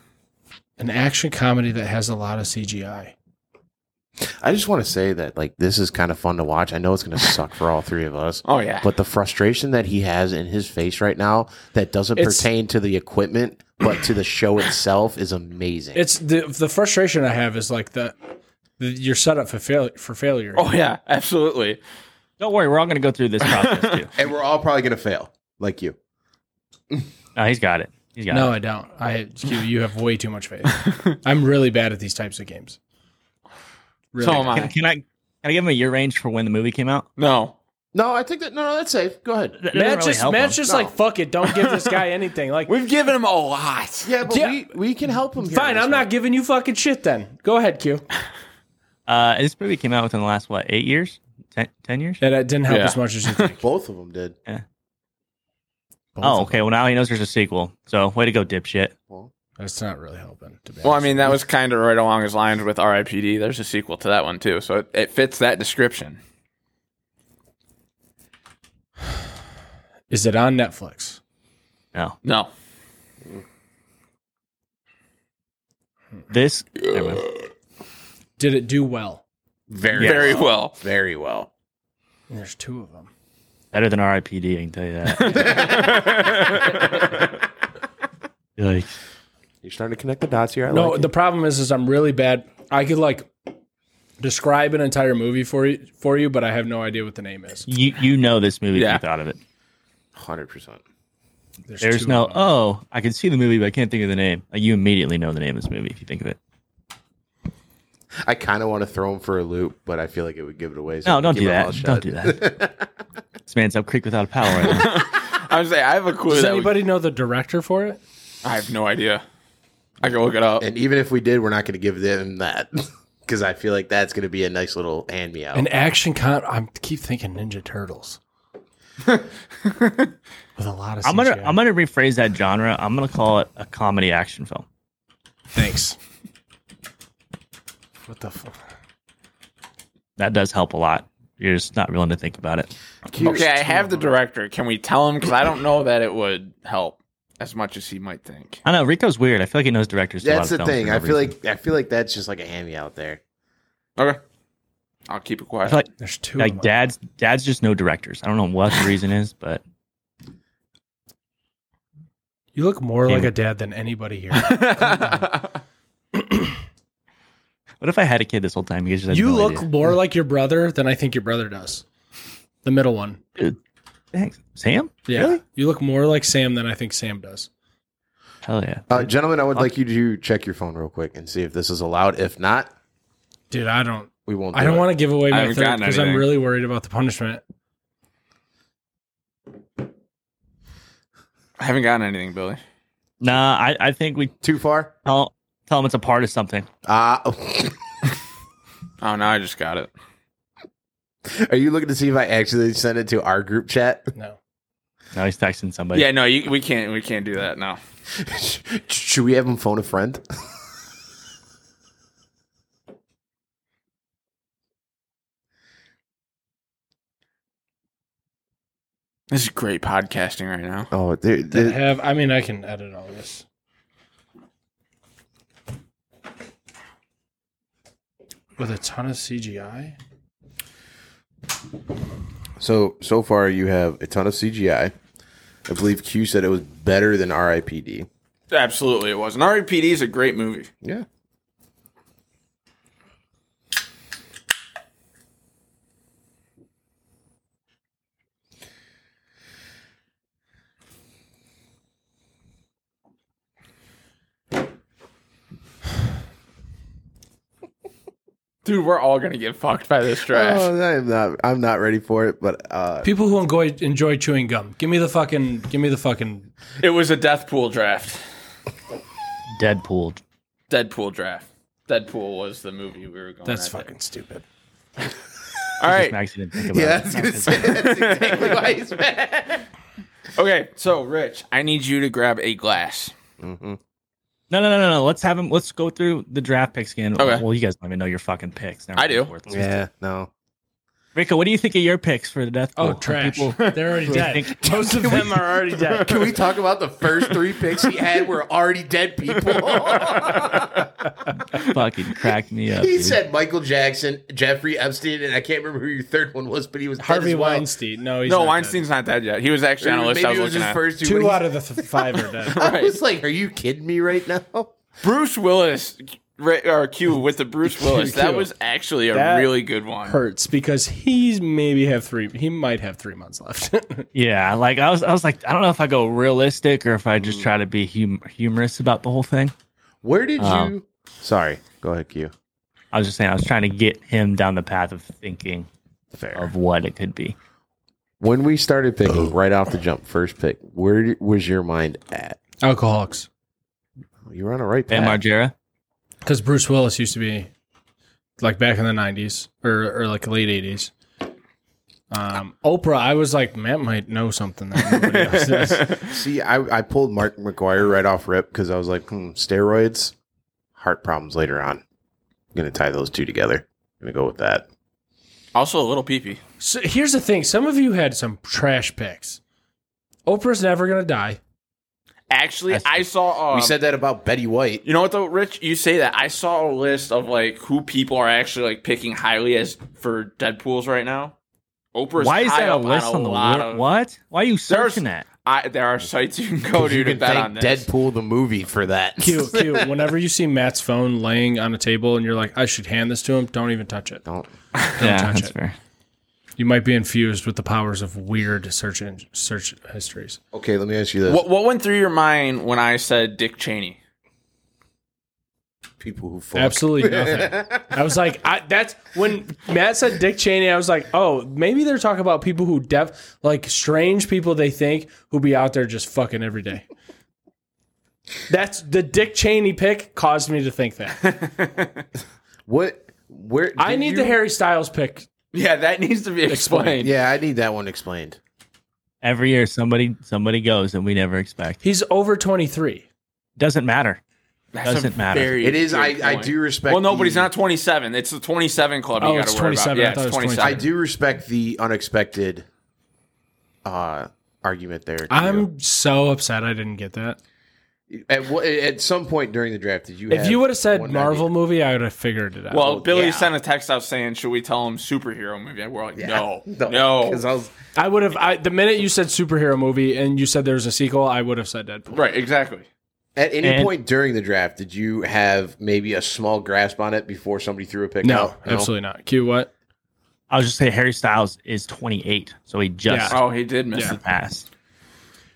An action comedy that has a lot of CGI.
I just want to say that like this is kind of fun to watch. I know it's going to suck for all three of us.
Oh yeah.
But the frustration that he has in his face right now that doesn't
It's-
pertain to the equipment but to the show itself is amazing.
It's the the frustration I have is like the, the you're set up for fail, for failure.
oh yeah, absolutely.
Don't worry, we're all gonna go through this process too.
and we're all probably going to fail, like you.
No, he's got it. He's got
no,
it.
I don't. I you, you have way too much
*laughs*
faith. I'm really bad at these types of games. Really.
So am
Can,
I.
*laughs*
can I? Can I give him a year range for when the movie came out?
No.
No, I think that no, no, that's safe. Go ahead.
That doesn't
Matt's
really
just,
help him.
Matt's just like fuck it. Don't give this
*laughs*
guy anything. Like
We've given him a lot.
Yeah, but
Yeah.
we we can help him. here
fine,
on
I'm
this
not giving you fucking shit. Then go ahead, Q.
Uh, this movie came out within the last what eight years, ten, ten years?
That uh, didn't help
Yeah.
as much as you
*laughs*
think.
one. Both of them did.
Oh, okay. Well, now he knows there's a sequel. So, way to go, dipshit.
that's not really helping. To be
Well, I
honest.
mean, that was kind of right along his lines with R.I.P.D. There's a sequel to that one too, so it, it fits that description.
is it on Netflix?
No,
No,
this. never mind.
Did it do well?
Very
very well.
Very well.
And there's two of them.
Better than
*laughs*
R.I.P.D. I can tell you that. Yikes.
You're starting to connect the dots here. I
No,
like
the problem is, is I'm really bad. I could like describe an entire movie for you, for you, but I have no idea what the name is.
You you know this movie if
Yeah.
you thought of it.
hundred percent.
There's
two
no
of 'em.
oh, I can see the movie, but I can't think of the name. Like, you immediately know the name of this movie if you think of it.
I kind of want to throw him for a loop, but I feel like it would give it away. so
No,
I'm
don't
gonna
do
keep my mouth shut.
that. Don't do that. this man's up creek without a paddle right
*laughs*
now.
I was like, I have a clue.
Does
that we-
anybody know the director for it?
I have no idea. I can look it up.
And even if we did, we're not going to give them that *laughs* because I feel like that's going to be a nice little hand me out.
An action con. I keep thinking Ninja Turtles. With a lot of
I'm gonna
CGI.
I'm gonna rephrase that genre. I'm gonna call it a comedy action film.
Thanks. What the fuck?
That does help a lot. You're just not willing to think about it.
Okay, I have the director. Can we tell him? Because I don't know that it would help as much as he might think.
I know Rico's weird. I feel like he knows directors. to a lot
That's
of
the
films
thing.
for no
I feel
reason.
like I feel like that's just like a hand me out there.
Okay, I'll keep it
I
quiet.
feel
*laughs*
like
There's two. dad.
like dads dads just know directors. I don't know what the reason is, but
You look more like
Yeah.
a dad than anybody here.
what if I had a kid this whole time? You guys just had
you
no
look
idea.
more like your brother than I think your brother does. The middle one.
Thanks. Sam?
Yeah.
Really?
You look more like Sam than I think Sam does.
Hell yeah.
Uh, gentlemen, I would like you to check your phone real quick and see if this is allowed. If not,
Dude, I don't.
we won't. Do
I don't
it.
want to give away
I
my
haven't
third
gotten
because I'm
anything.
really worried about the punishment.
I haven't gotten anything, Billy.
Nah, I, I think we
too far.
tell tell him it's a part of something.
Uh, *laughs*
Oh no, I just got it.
are you looking to see if I actually sent it to our group chat? *laughs*
No.
Now he's texting somebody.
Yeah, no, you, we can't. We can't do that now.
Should we have him phone a friend?
This is great podcasting right now.
Oh, dude,
Did
dude,
have I mean I can edit all this. With a ton of CGI?
So so far you have a ton of CGI. I believe Q said it was better than RIPD.
Absolutely, it was. And R.E.P.D. is a great movie.
Yeah.
Dude, we're all gonna get fucked by this draft.
Oh, I'm not I'm not ready for it, but *laughs* uh
People who enjoy enjoy chewing gum. Give me the fucking give me the fucking
it was a death pool draft.
Deadpool.
Deadpool draft. Deadpool was the movie we were going.
that's
at.
fucking stupid.
All right.
Max didn't think about it.
was gonna say that's *laughs* exactly
*laughs*
why he's mad.
Okay. So, Rich, I need you to grab a glass.
No, no, no, no, no. Let's have him. Let's go through the draft picks again.
Okay.
Well, you guys don't even know your fucking picks. Never
I
mind.
do.
Worthless.
Yeah, no.
Rico, what do you think of your picks for the death?
Oh
pool? Are
trash.
people-
*laughs* They're already dead. Most of them are already dead.
Can we talk about the first three picks he had were already dead *laughs* people?
fucking cracked me up.
he
dude.
said Michael Jackson, Jeffrey Epstein, and I can't remember who your third one was, but he was dead
Harvey
as well.
Weinstein. No, he's
no,
not
Weinstein's not dead yet. He was actually on a list
Maybe
I was
it was
looking
his
at.
first
dead.
but
Two
he-
out of the th- five are dead. *laughs*
I was like, are you kidding me right now? *laughs*
Bruce Willis, Ri- or Q with the Bruce Willis. That was actually a
That
really good one.
Hurts because he's maybe have three. He might have three months left. *laughs*
Yeah, like I was, I was like, I don't know if I go realistic or if I just try to be hum- humorous about the whole thing.
Where did
Um,
you Sorry, go ahead, Q.
I was just saying, I was trying to get him down the path of thinking of what it could be.
Um, When we started picking right off the jump, first pick, where was your mind at?
Alcoholics,
You were on a right path.
Ben Margera,
because Bruce Willis used to be like back in the nineties or, or like late eighties. Um, Oprah, I was like, Matt might know something that nobody else *laughs* does.
See, I, I pulled Mark McGuire right off rip because I was like, hmm, steroids, heart problems later on. I'm gonna tie those two together. I'm gonna go with that.
Also, a little peepee.
So here's the thing: some of you had some trash picks. Oprah's never gonna die.
Actually, I saw. Um,
we said that about Betty White.
You know what though, Rich? You say that. I saw a list of like who people are actually like picking highly as for Deadpool's right now. Oprah's
why is
high
that a
up
list on,
a
the
lot
wor-
of-
what? Why are you
There's-
searching that?
I, there are sites you can go to
you
to
can
bet on
thank
this.
Deadpool the movie for that.
Q, Q, *laughs* whenever you see Matt's phone laying on a table and you're like, I should hand this to him, don't even touch it.
*laughs* Don't-
yeah,
touch
that's
it.
fair.
You might be infused with the powers of weird search en- search histories.
Okay, let me ask you this:
What, what went through your mind when I said Dick Cheney? *laughs*
people who fuck. *laughs*
Absolutely nothing. I was like, I, that's when Matt said Dick Cheney. I was like, oh, maybe they're talking about people who def like strange people they think who be out there just fucking every day. That's the Dick Cheney pick caused me to think
*laughs*
that.
What? Where?
I
did
need
you-
the Harry Styles pick.
Yeah, that needs to be explained.
Yeah, I need that one explained.
Every year, somebody somebody goes, and we never expect.
He's over twenty three.
Doesn't matter.
That's a
Doesn't matter.
very
It is.
good
I, I
point.
do respect.
Well, no, but he's
the-
not 27. It's the 27 club
Oh,
you got
it's
to worry
27.
about.
I
Yeah,
thought it
it's
was
I
27.
do respect the unexpected uh, argument there. too.
I'm so upset I didn't get that.
at, wha- at some point during the draft. Did you?
If you would have said
one
Marvel
idea?
movie, I would have figured it out.
Well, Billy
yeah.
sent a text out saying, "Should we tell him superhero movie?" And we're
*laughs*
like, "No, no,
'cause I was-
I would have. I, the minute you said superhero movie and you said there was a sequel, I would have said Deadpool.
right, exactly."
at any
And-
point during the draft, did you have maybe a small grasp on it before somebody threw a pick?
No,
out?
absolutely not. Q what?
I'll just say Harry Styles is 28, so he just
Yeah.
Oh, he did miss
Yeah.
it.
passed.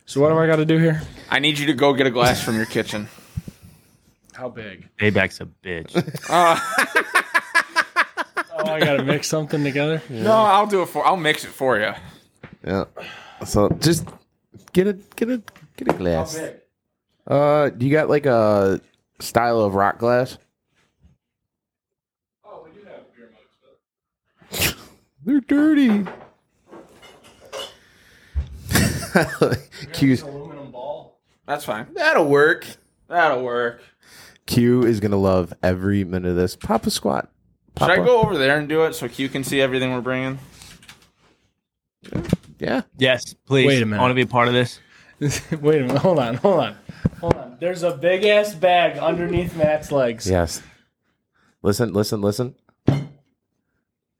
So what do I got to do here?
I need you to go get a glass from
*laughs*
your kitchen.
How big?
Payback's a bitch.
Oh, I got to mix something together. *laughs*
No, I'll do it for. I'll mix it for you.
Yeah. So just get a get a get a glass. Uh, you got like a style of rock glass? *laughs* Oh, we do have beer mugs. They're dirty. Q,
That's fine.
that'll work.
That'll work.
Q is gonna love every minute of this. Papa squat.
Should
Papa.
I go over there and do it so Q can see everything we're bringing?
Yeah.
yes, please.
Wait a minute.
I want to be a part of this.
Wait a minute. Hold on. Hold on. Hold on. There's a big ass bag underneath Matt's legs.
Yes. Listen. Listen. Listen.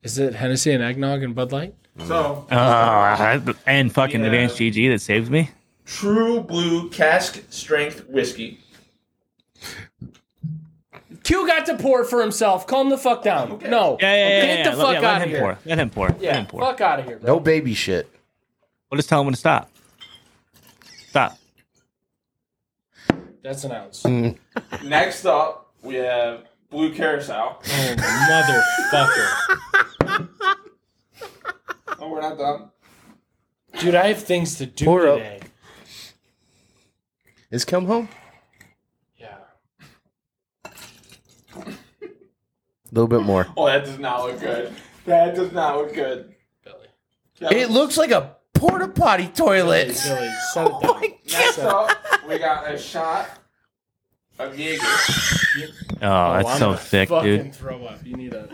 Is it Hennessy and eggnog and Bud Light?
So,
Uh, and fucking advanced GG that saved me.
True Blue Cask Strength Whiskey.
Q got to pour for himself. Calm the fuck down. No.
Yeah, yeah, yeah.
Get
yeah,
the
yeah.
fuck
let, yeah,
out
let
of
him
here.
pour. Let him pour. Let
Yeah.
him pour.
Fuck out of here. Bro.
No baby shit.
We'll just tell him when to stop. Stop.
That's an ounce.
Next up, we have Blue Carousel.
Oh motherfucker,
Oh, we're not done.
dude! I have things to do
Pour up.
today.
Is come home.
Yeah.
A little bit more.
Oh, that does not look good. That does not look good.
Billy.
That
It looks like a porta potty toilet. Oh
Billy,
*laughs*
set it down.
Next up, we got a shot of Jaeger.
Oh, that's so thick,
Fucking
dude.
throw up. You need a.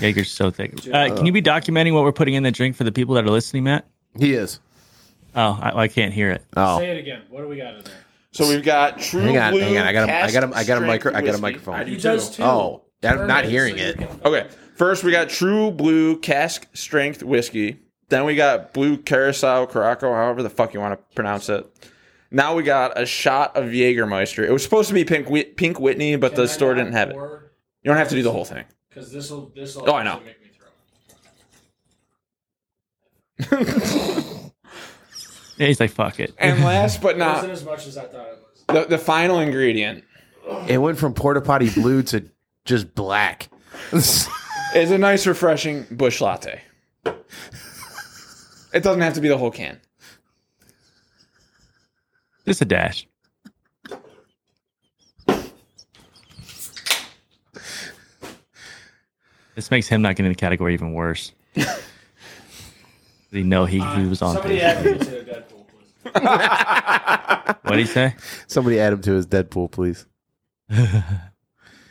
Jaeger's so thick. Uh, can you be documenting what we're putting in the drink for the people that are listening, Matt?
He is.
Oh, I, I can't hear it.
Oh,
Say it again. What do we got in there?
So we've got True
hang on,
Blue.
hang on. I got, a, I
Cask
got, a, I got a
Strength
micro, I got a
Whiskey.
microphone.
I do too.
Oh, I'm
Turn
not
it
hearing
so you
it.
can-
Okay, first we got True Blue Cask Strength Whiskey. Then we got Blue Carousel Caraco, however the fuck you want to pronounce it. Now we got a shot of Jägermeister. It was supposed to be Pink, Whit- Pink Whitney, but the store didn't have it. You don't have to do the whole thing.
Because this will this will.
Oh, I know.
Make me throw. up.
Yeah, he's like, fuck it.
*laughs* And last but
It
not
wasn't as much as I thought it was.
the, the final ingredient
It went from porta potty blue to just black.
is a nice, refreshing bush *laughs* latte. It doesn't have to be the whole can.
Just a dash. This makes him not getting the category even worse. *laughs* Did he know he, he was on?
Somebody
Somebody
add me to the Deadpool. please.
What did he say?
Somebody add him to his Deadpool, please.
With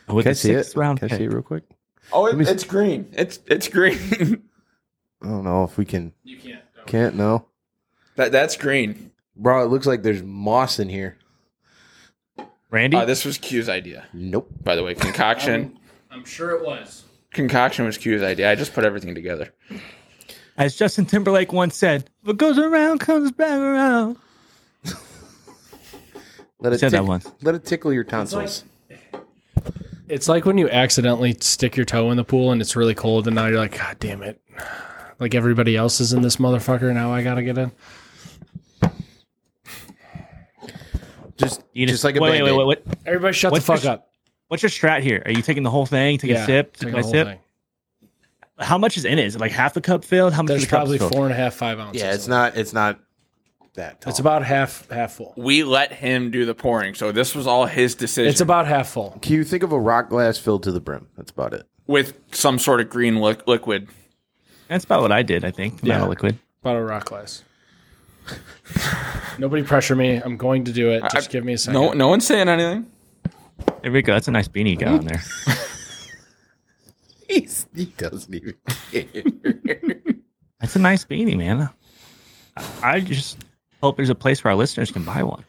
Can I
the
see it?
sixth round
Can I
pick.
see it real quick?
Oh,
me s-
it's green. It's it's green. *laughs*
I don't know if we can.
You can't. Don't.
Can't no,
that that's green.
bro. It looks like there's moss in here.
Randy,
Uh, this was Q's idea,
Nope.
by the way. Concoction,
I'm sure it was.
concoction was Q's idea. I just put everything together.
as Justin Timberlake once said, "What goes around comes back around."
Let it
Said that
tick-
once.
Let it tickle your tonsils.
It's like when you accidentally stick your toe in the pool and it's really cold, and now you're like, God damn it. Like everybody else is in this motherfucker. Now I got to get in.
just
You
just like a
wait, wait, wait, wait, wait.
Everybody shut
What's
the fuck
your-
up.
What's your strat here? Are you taking the whole thing? Taking a sip?
take
Taking
the
a
whole
sip?
thing.
How much is in it? Is it like half the cup filled? How much
There's
is the cup
probably
filled?
four and a half, five ounces.
Yeah, it's not it's not that tall.
It's about half half full.
We let him do the pouring, so this was all his decision.
It's about half full.
Can you think of a rock glass filled to the brim? That's about it.
with some sort of green li- liquid.
That's about what I did, I think. Not
Yeah.
a liquid.
About a rock glass. Nobody pressure me. I'm going to do it. Just
I-
give me a second.
No, no one's saying anything.
There we go. That's a nice beanie you got on there.
He's, he doesn't *laughs* even.
That's a nice beanie, man. I- I just hope there's a place where our listeners can buy one.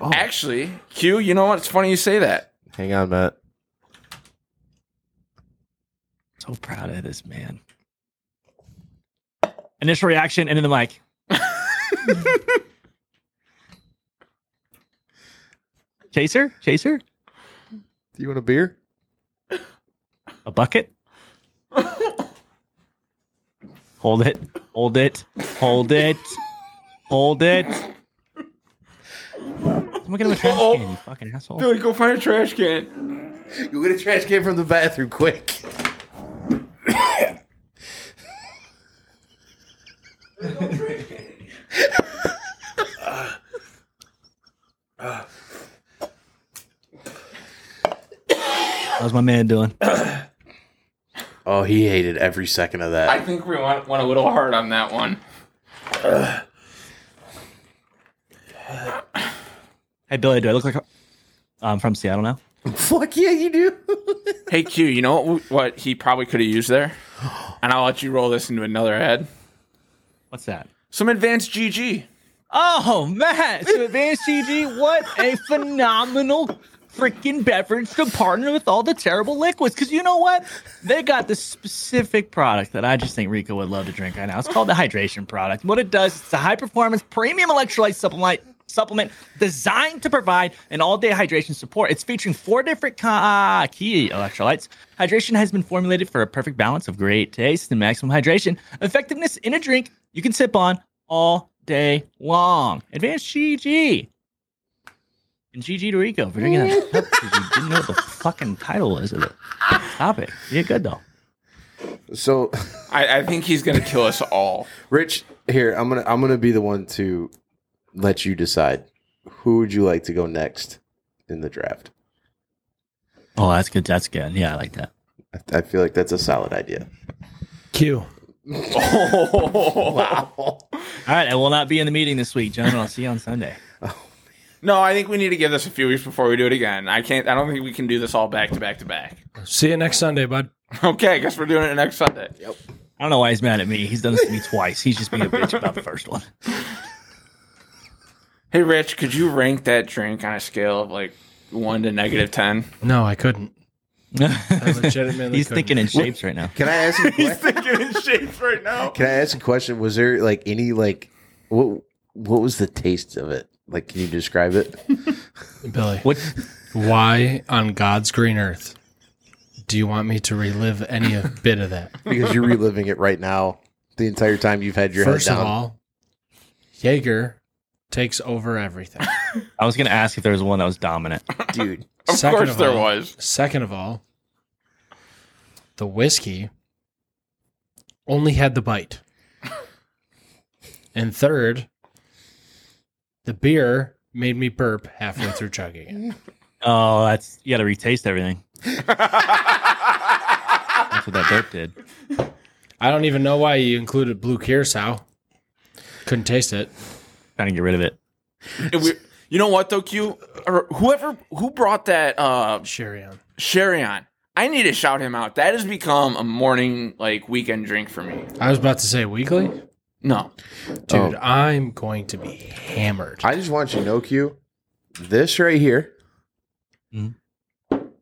Actually, Q, you know what? It's funny you say that.
Hang on, Matt.
So proud of this man. Initial reaction, into the mic. Chaser? Chaser?
Do you want a beer?
A bucket? Hold it. Hold it. Hold it. Hold it. Someone get him a trash can, you fucking asshole.
Billy, go find a trash can.
You get a trash can from the bathroom quick.
How's my man doing?
Oh, he hated every second of that.
I think we went, went a little hard on that one.
Hey, Billy, do I look like I'm from Seattle now?
Fuck yeah, you do.
Hey, Q, you know what, what he probably could have used there? And I'll let you roll this into another head.
What's that?
Some advanced GG.
Oh, Matt, so Advanced GG, what a phenomenal freaking beverage to partner with all the terrible liquids. Because you know what? They got this specific product that I just think Rico would love to drink right now. It's called the hydration product. What it does, it's a high performance premium electrolyte supplement. Supplement designed to provide an all day hydration support. It's featuring four different ki- ah, key electrolytes. Hydration has been formulated for a perfect balance of great taste and maximum hydration effectiveness in a drink you can sip on all day long. Advanced GG. And GG to Rico for drinking that cup 'cause you didn't know what the fucking title was of it. Stop it. You did good though.
So,
I, I think he's going to kill us all.
Rich, here I'm gonna I'm gonna be the one to let you decide who would you like to go next in the draft.
Oh, that's good. That's good. Yeah, I like that.
I, I feel like that's a solid idea.
Q.
Wow.
All right, I will not be in the meeting this week, gentlemen. I'll see you on Sunday.
No, I think we need to give this a few weeks before we do it again. I can't. I don't think we can do this all back to back to back.
See you next Sunday, bud.
Okay, I guess we're doing it next Sunday.
I don't know why he's mad at me. He's done this to me twice. He's just being a bitch about the first one.
Hey, Rich, could you rank that drink on a scale of like one to negative ten?
No, I couldn't. legitimately
he's
couldn't.
thinking in shapes right now.
Can I *laughs* ask? You a que-
Thinking in shape right now.
can I ask a question? Was there like any like what what was the taste of it? Like, can you describe it?
Billy.
What?
Why on God's green earth do you want me to relive any of- *laughs* bit of that?
Because you're reliving it right now. The entire time you've had your
First
head
of
down.
all, Jaeger takes over everything.
I was gonna ask if there was one that was dominant.
dude.
*laughs* Of
Second
course
of
there
all-
was.
Second of all, the whiskey only had the bite. And third, the beer made me burp halfway through
*laughs*
chugging it.
Oh, that's you got to retaste everything. That's what that dope did.
I don't even know why you included blue curacao. Couldn't taste it.
Trying to get rid of it.
And we- you know what though, Q? Or whoever who brought that uh,
Sherry on.
sherry on, I need to shout him out. That has become a morning like weekend drink for me.
I was about to say weekly.
No,
Dude, I'm going to be hammered.
I just want you to know, Q, this right here
Mhm.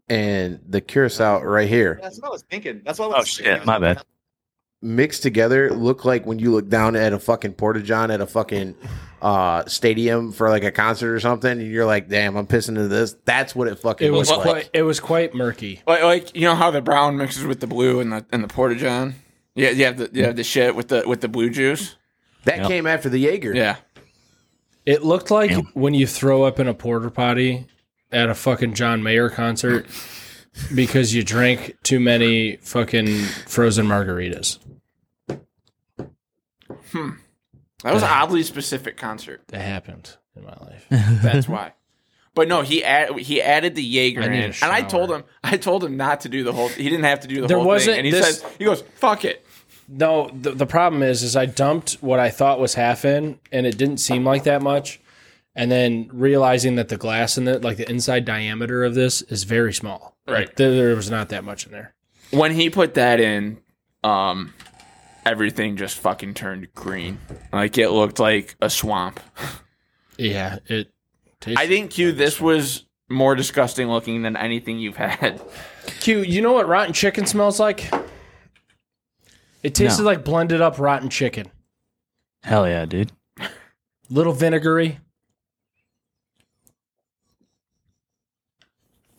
and the curacao right here
That's what I was thinking. That's what I was
Oh shit, my bad.
mixed together look like when you look down at a fucking porta john at a fucking uh, stadium for like a concert or something, and you're like, damn, I'm pissing into this. That's what it fucking
It was
looks like.
quite. It was quite murky.
Like, like you know how the brown mixes with the blue and the and the porta john. Yeah, you have the you have the shit with the with the blue juice.
That came after the Jaeger.
Yeah,
It looked like when you throw up in a porter potty at a fucking John Mayer concert because you drank too many fucking frozen margaritas.
that was an oddly specific concert.
That happened in my life.
That's why. But no, he add, he added the Jaeger
I
in,
need a
and Mm-hmm. I
shower.
told him I told him not to do the whole. He didn't have to do the
There
whole
wasn't
thing, and he
this-
says he goes fuck it.
No, the, the problem is, is I dumped what I thought was half in, and it didn't seem like that much, and then realizing that the glass in it, like the inside diameter of this, is very small.
Right.
Like, there, there was not that much in there.
When he put that in, um, everything just fucking turned green. Like it looked like a swamp.
Yeah, it. Tastes
I think Q, this was more disgusting looking than anything you've had.
Q, you know what rotten chicken smells like? It tasted like blended up rotten chicken.
Hell yeah, dude.
Little vinegary.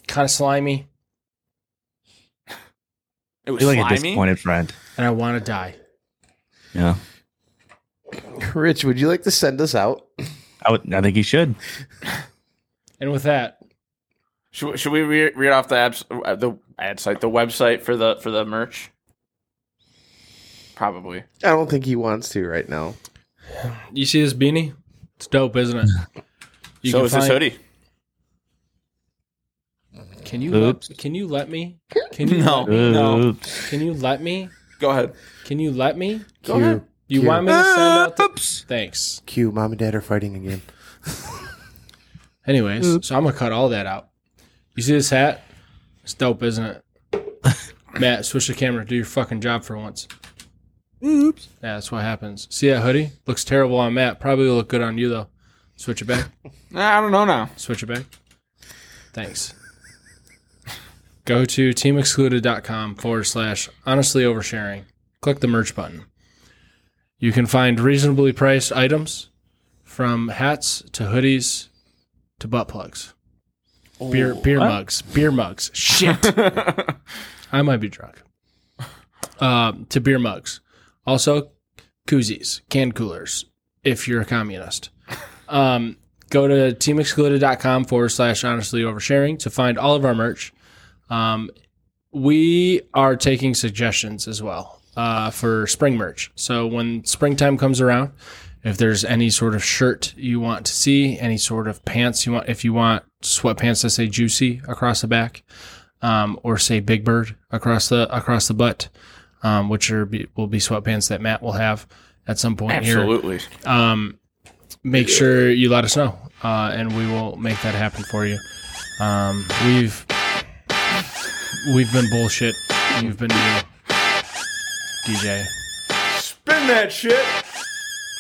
Kind of slimy.
*laughs* It was
You're like a
slimy.
disappointed friend.
And I want to die.
Yeah.
Rich, would you like to send us out?
I would. I think he should.
And with that,
Should, should we re- read off the abs- uh, the ad site, the website for the for the merch? Probably.
I don't think he wants to right now.
you see this beanie? It's dope, isn't it? You
so
can
is this
find-
hoodie.
Can you let,
Oops.
can you let
*laughs*
me? Can you
No.
let me?
Oops.
Can you let me?
Go ahead.
Can you let me?
Q,
You
Cute.
want me to send out the- Thanks.
Q, mom and dad are fighting again.
Anyways, so I'm gonna cut all that out. You see this hat? It's dope, isn't it? Matt, switch the camera. Do your fucking job for once. Oops. Yeah, that's what happens. See that hoodie? Looks terrible on Matt. Probably will look good on you though. Switch it back.
Nah, I don't know now.
Switch it back. Thanks. Go to teamexcluded.com forward slash honestly oversharing. Click the merch button. You can find reasonably priced items from hats to hoodies to butt plugs. Beer beer mugs. Beer mugs. Shit. I might be drunk. Um, to beer mugs. Also, koozies, can coolers, if you're a communist. Um, go to teamexcluded.com forward slash honestly oversharing to find all of our merch. Um, we are taking suggestions as well uh, for spring merch. So when springtime comes around, if there's any sort of shirt you want to see, any sort of pants you want, if you want sweatpants that say juicy across the back, um, or say Big Bird across the across the butt, um, which are be, will be sweatpants that Matt will have at some point here
Absolutely.
um, make sure you let us know, uh, and we will make that happen for you. Um, we've we've been bullshit. You've been you, DJ.
Spin that shit.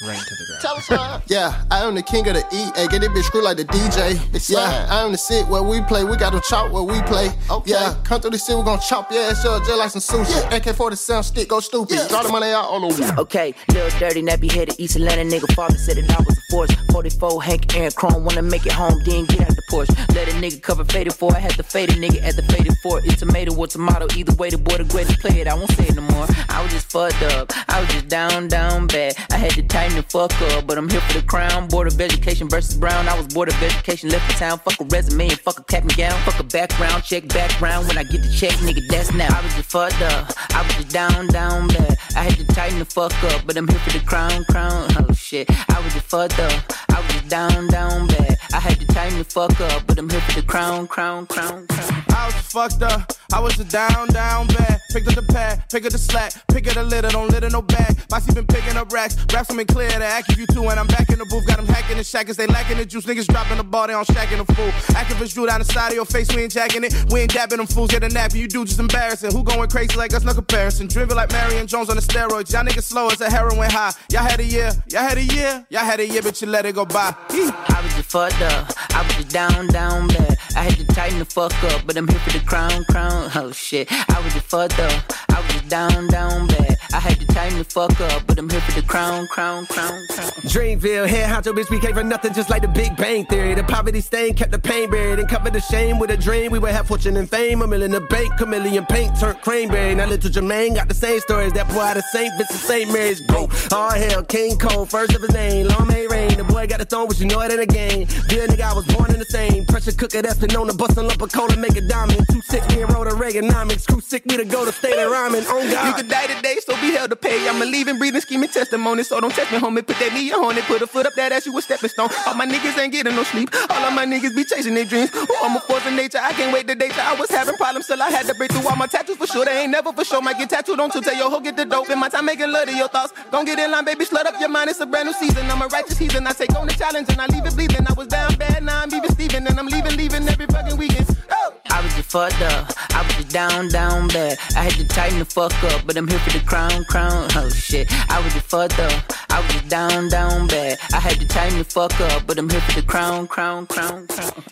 Ring to the ground.
Yeah, I am the king of the E. Hey, get this bitch screwed like the DJ. Yeah, I am the sit where we play. We got to chop where we play. Okay. Yeah, come through the city, we gonna chop your ass up just like some sushi. AK 47 stick, go stupid. Draw the money out all over.
Okay, little dirty, nappy headed East Atlanta nigga. Father said it I was a force. 44, Hank Aaron Chrome. Wanna make it home, then get out the porch. Let a nigga cover faded four. I had to fade a nigga at the faded four. It's tomato or tomato. Either way, the boy the greatest play it. I won't say it no more. I was just fucked up. I was just down, down bad. I had to tighten the fuck up, but I'm here for the crown. Board of Education versus Brown. I was bored of education, left the town. Fuck a resume and fuck a cap and gown. Fuck a background check, background. When I get the check, nigga, that's now. I was just fucked up. I was just down, down bad. I had to tighten the fuck up, but I'm here for the crown, crown. Oh shit, I was just fucked up. I was just down, down bad. I had to tighten the fuck up, but I'm here for the crown, crown, crown, crown.
I was fucked up. I was a down, down bad. Picked up the pad, pick up the slack, pick up the litter, don't litter no bag. Bossy been picking up racks, raps them in clear the act if you two, and I'm back in the booth. Got them hacking the shackers, they lacking the juice. Niggas dropping the ball, they on shacking the fool. Activists drew down the side of your face, we ain't jacking it. We ain't dabbing them fools, get a nap, you do just embarrassing. Who going crazy like us, no comparison. Driven like Marion Jones on the steroids, y'all niggas slow as a heroin high. Y'all had a year, y'all had a year, y'all had a year, but you let it go by. Yee.
I was just fucked up. I was just down, down bad. I had to tighten the fuck up, but I'm here *laughs* for the crown, crown. Oh shit, I was just fucked up. I was just down, down bad. I had to tighten tighten the fuck up, but I'm here for the crown, crown, crown, crown.
Dreamville, head honcho, bitch, we came from nothing just like the Big Bang Theory. The poverty stain kept the pain buried and covered the shame with a dream. We would have fortune and fame, a million in the bank, chameleon paint turned cranberry. Now little Jermaine got the same stories, that boy out of St. Vincent, St. Mary's broke. All hell, King Cole, first of his name, long may reign. The boy got a throne, but you know it ain't a game. Good nigga, I was born in the same. Pressure cooker that's been known to bust a lump of coal and make a diamond. Too sick, me and wrote a Reaganomics. Crew sick, me to go to state of rhyming. On God.
You could die today, so be held to pay. I'm a leaving, breathing, scheming testimony, so don't test me, homie. Put that knee on it, put a foot up that ass, you a stepping stone. All my niggas ain't getting no sleep. All of my niggas be chasing their dreams. Oh, I'm a force of nature, I can't wait to date ya. I was having problems till I had to break through all my tattoos for sure. They ain't never for sure. Might get tattooed on to tell your hoe get the dope. In my time, making love to your thoughts. Don't get in line, baby, slut up your mind. It's a brand new season. I'm a righteous heathen. I take on the challenge and I leave it bleeding. I was down bad, now I'm even Steven, and I'm leaving, leaving every fucking weekend. Oh.
I was just fucked up. I was just down, down bad. I had to tighten the fuck up, but I'm here for the crown, crown. *laughs* Oh shit. I was just fucked up. I was just down, down bad. I had to tighten the fuck up, but I'm here for the crown, crown, crown, crown.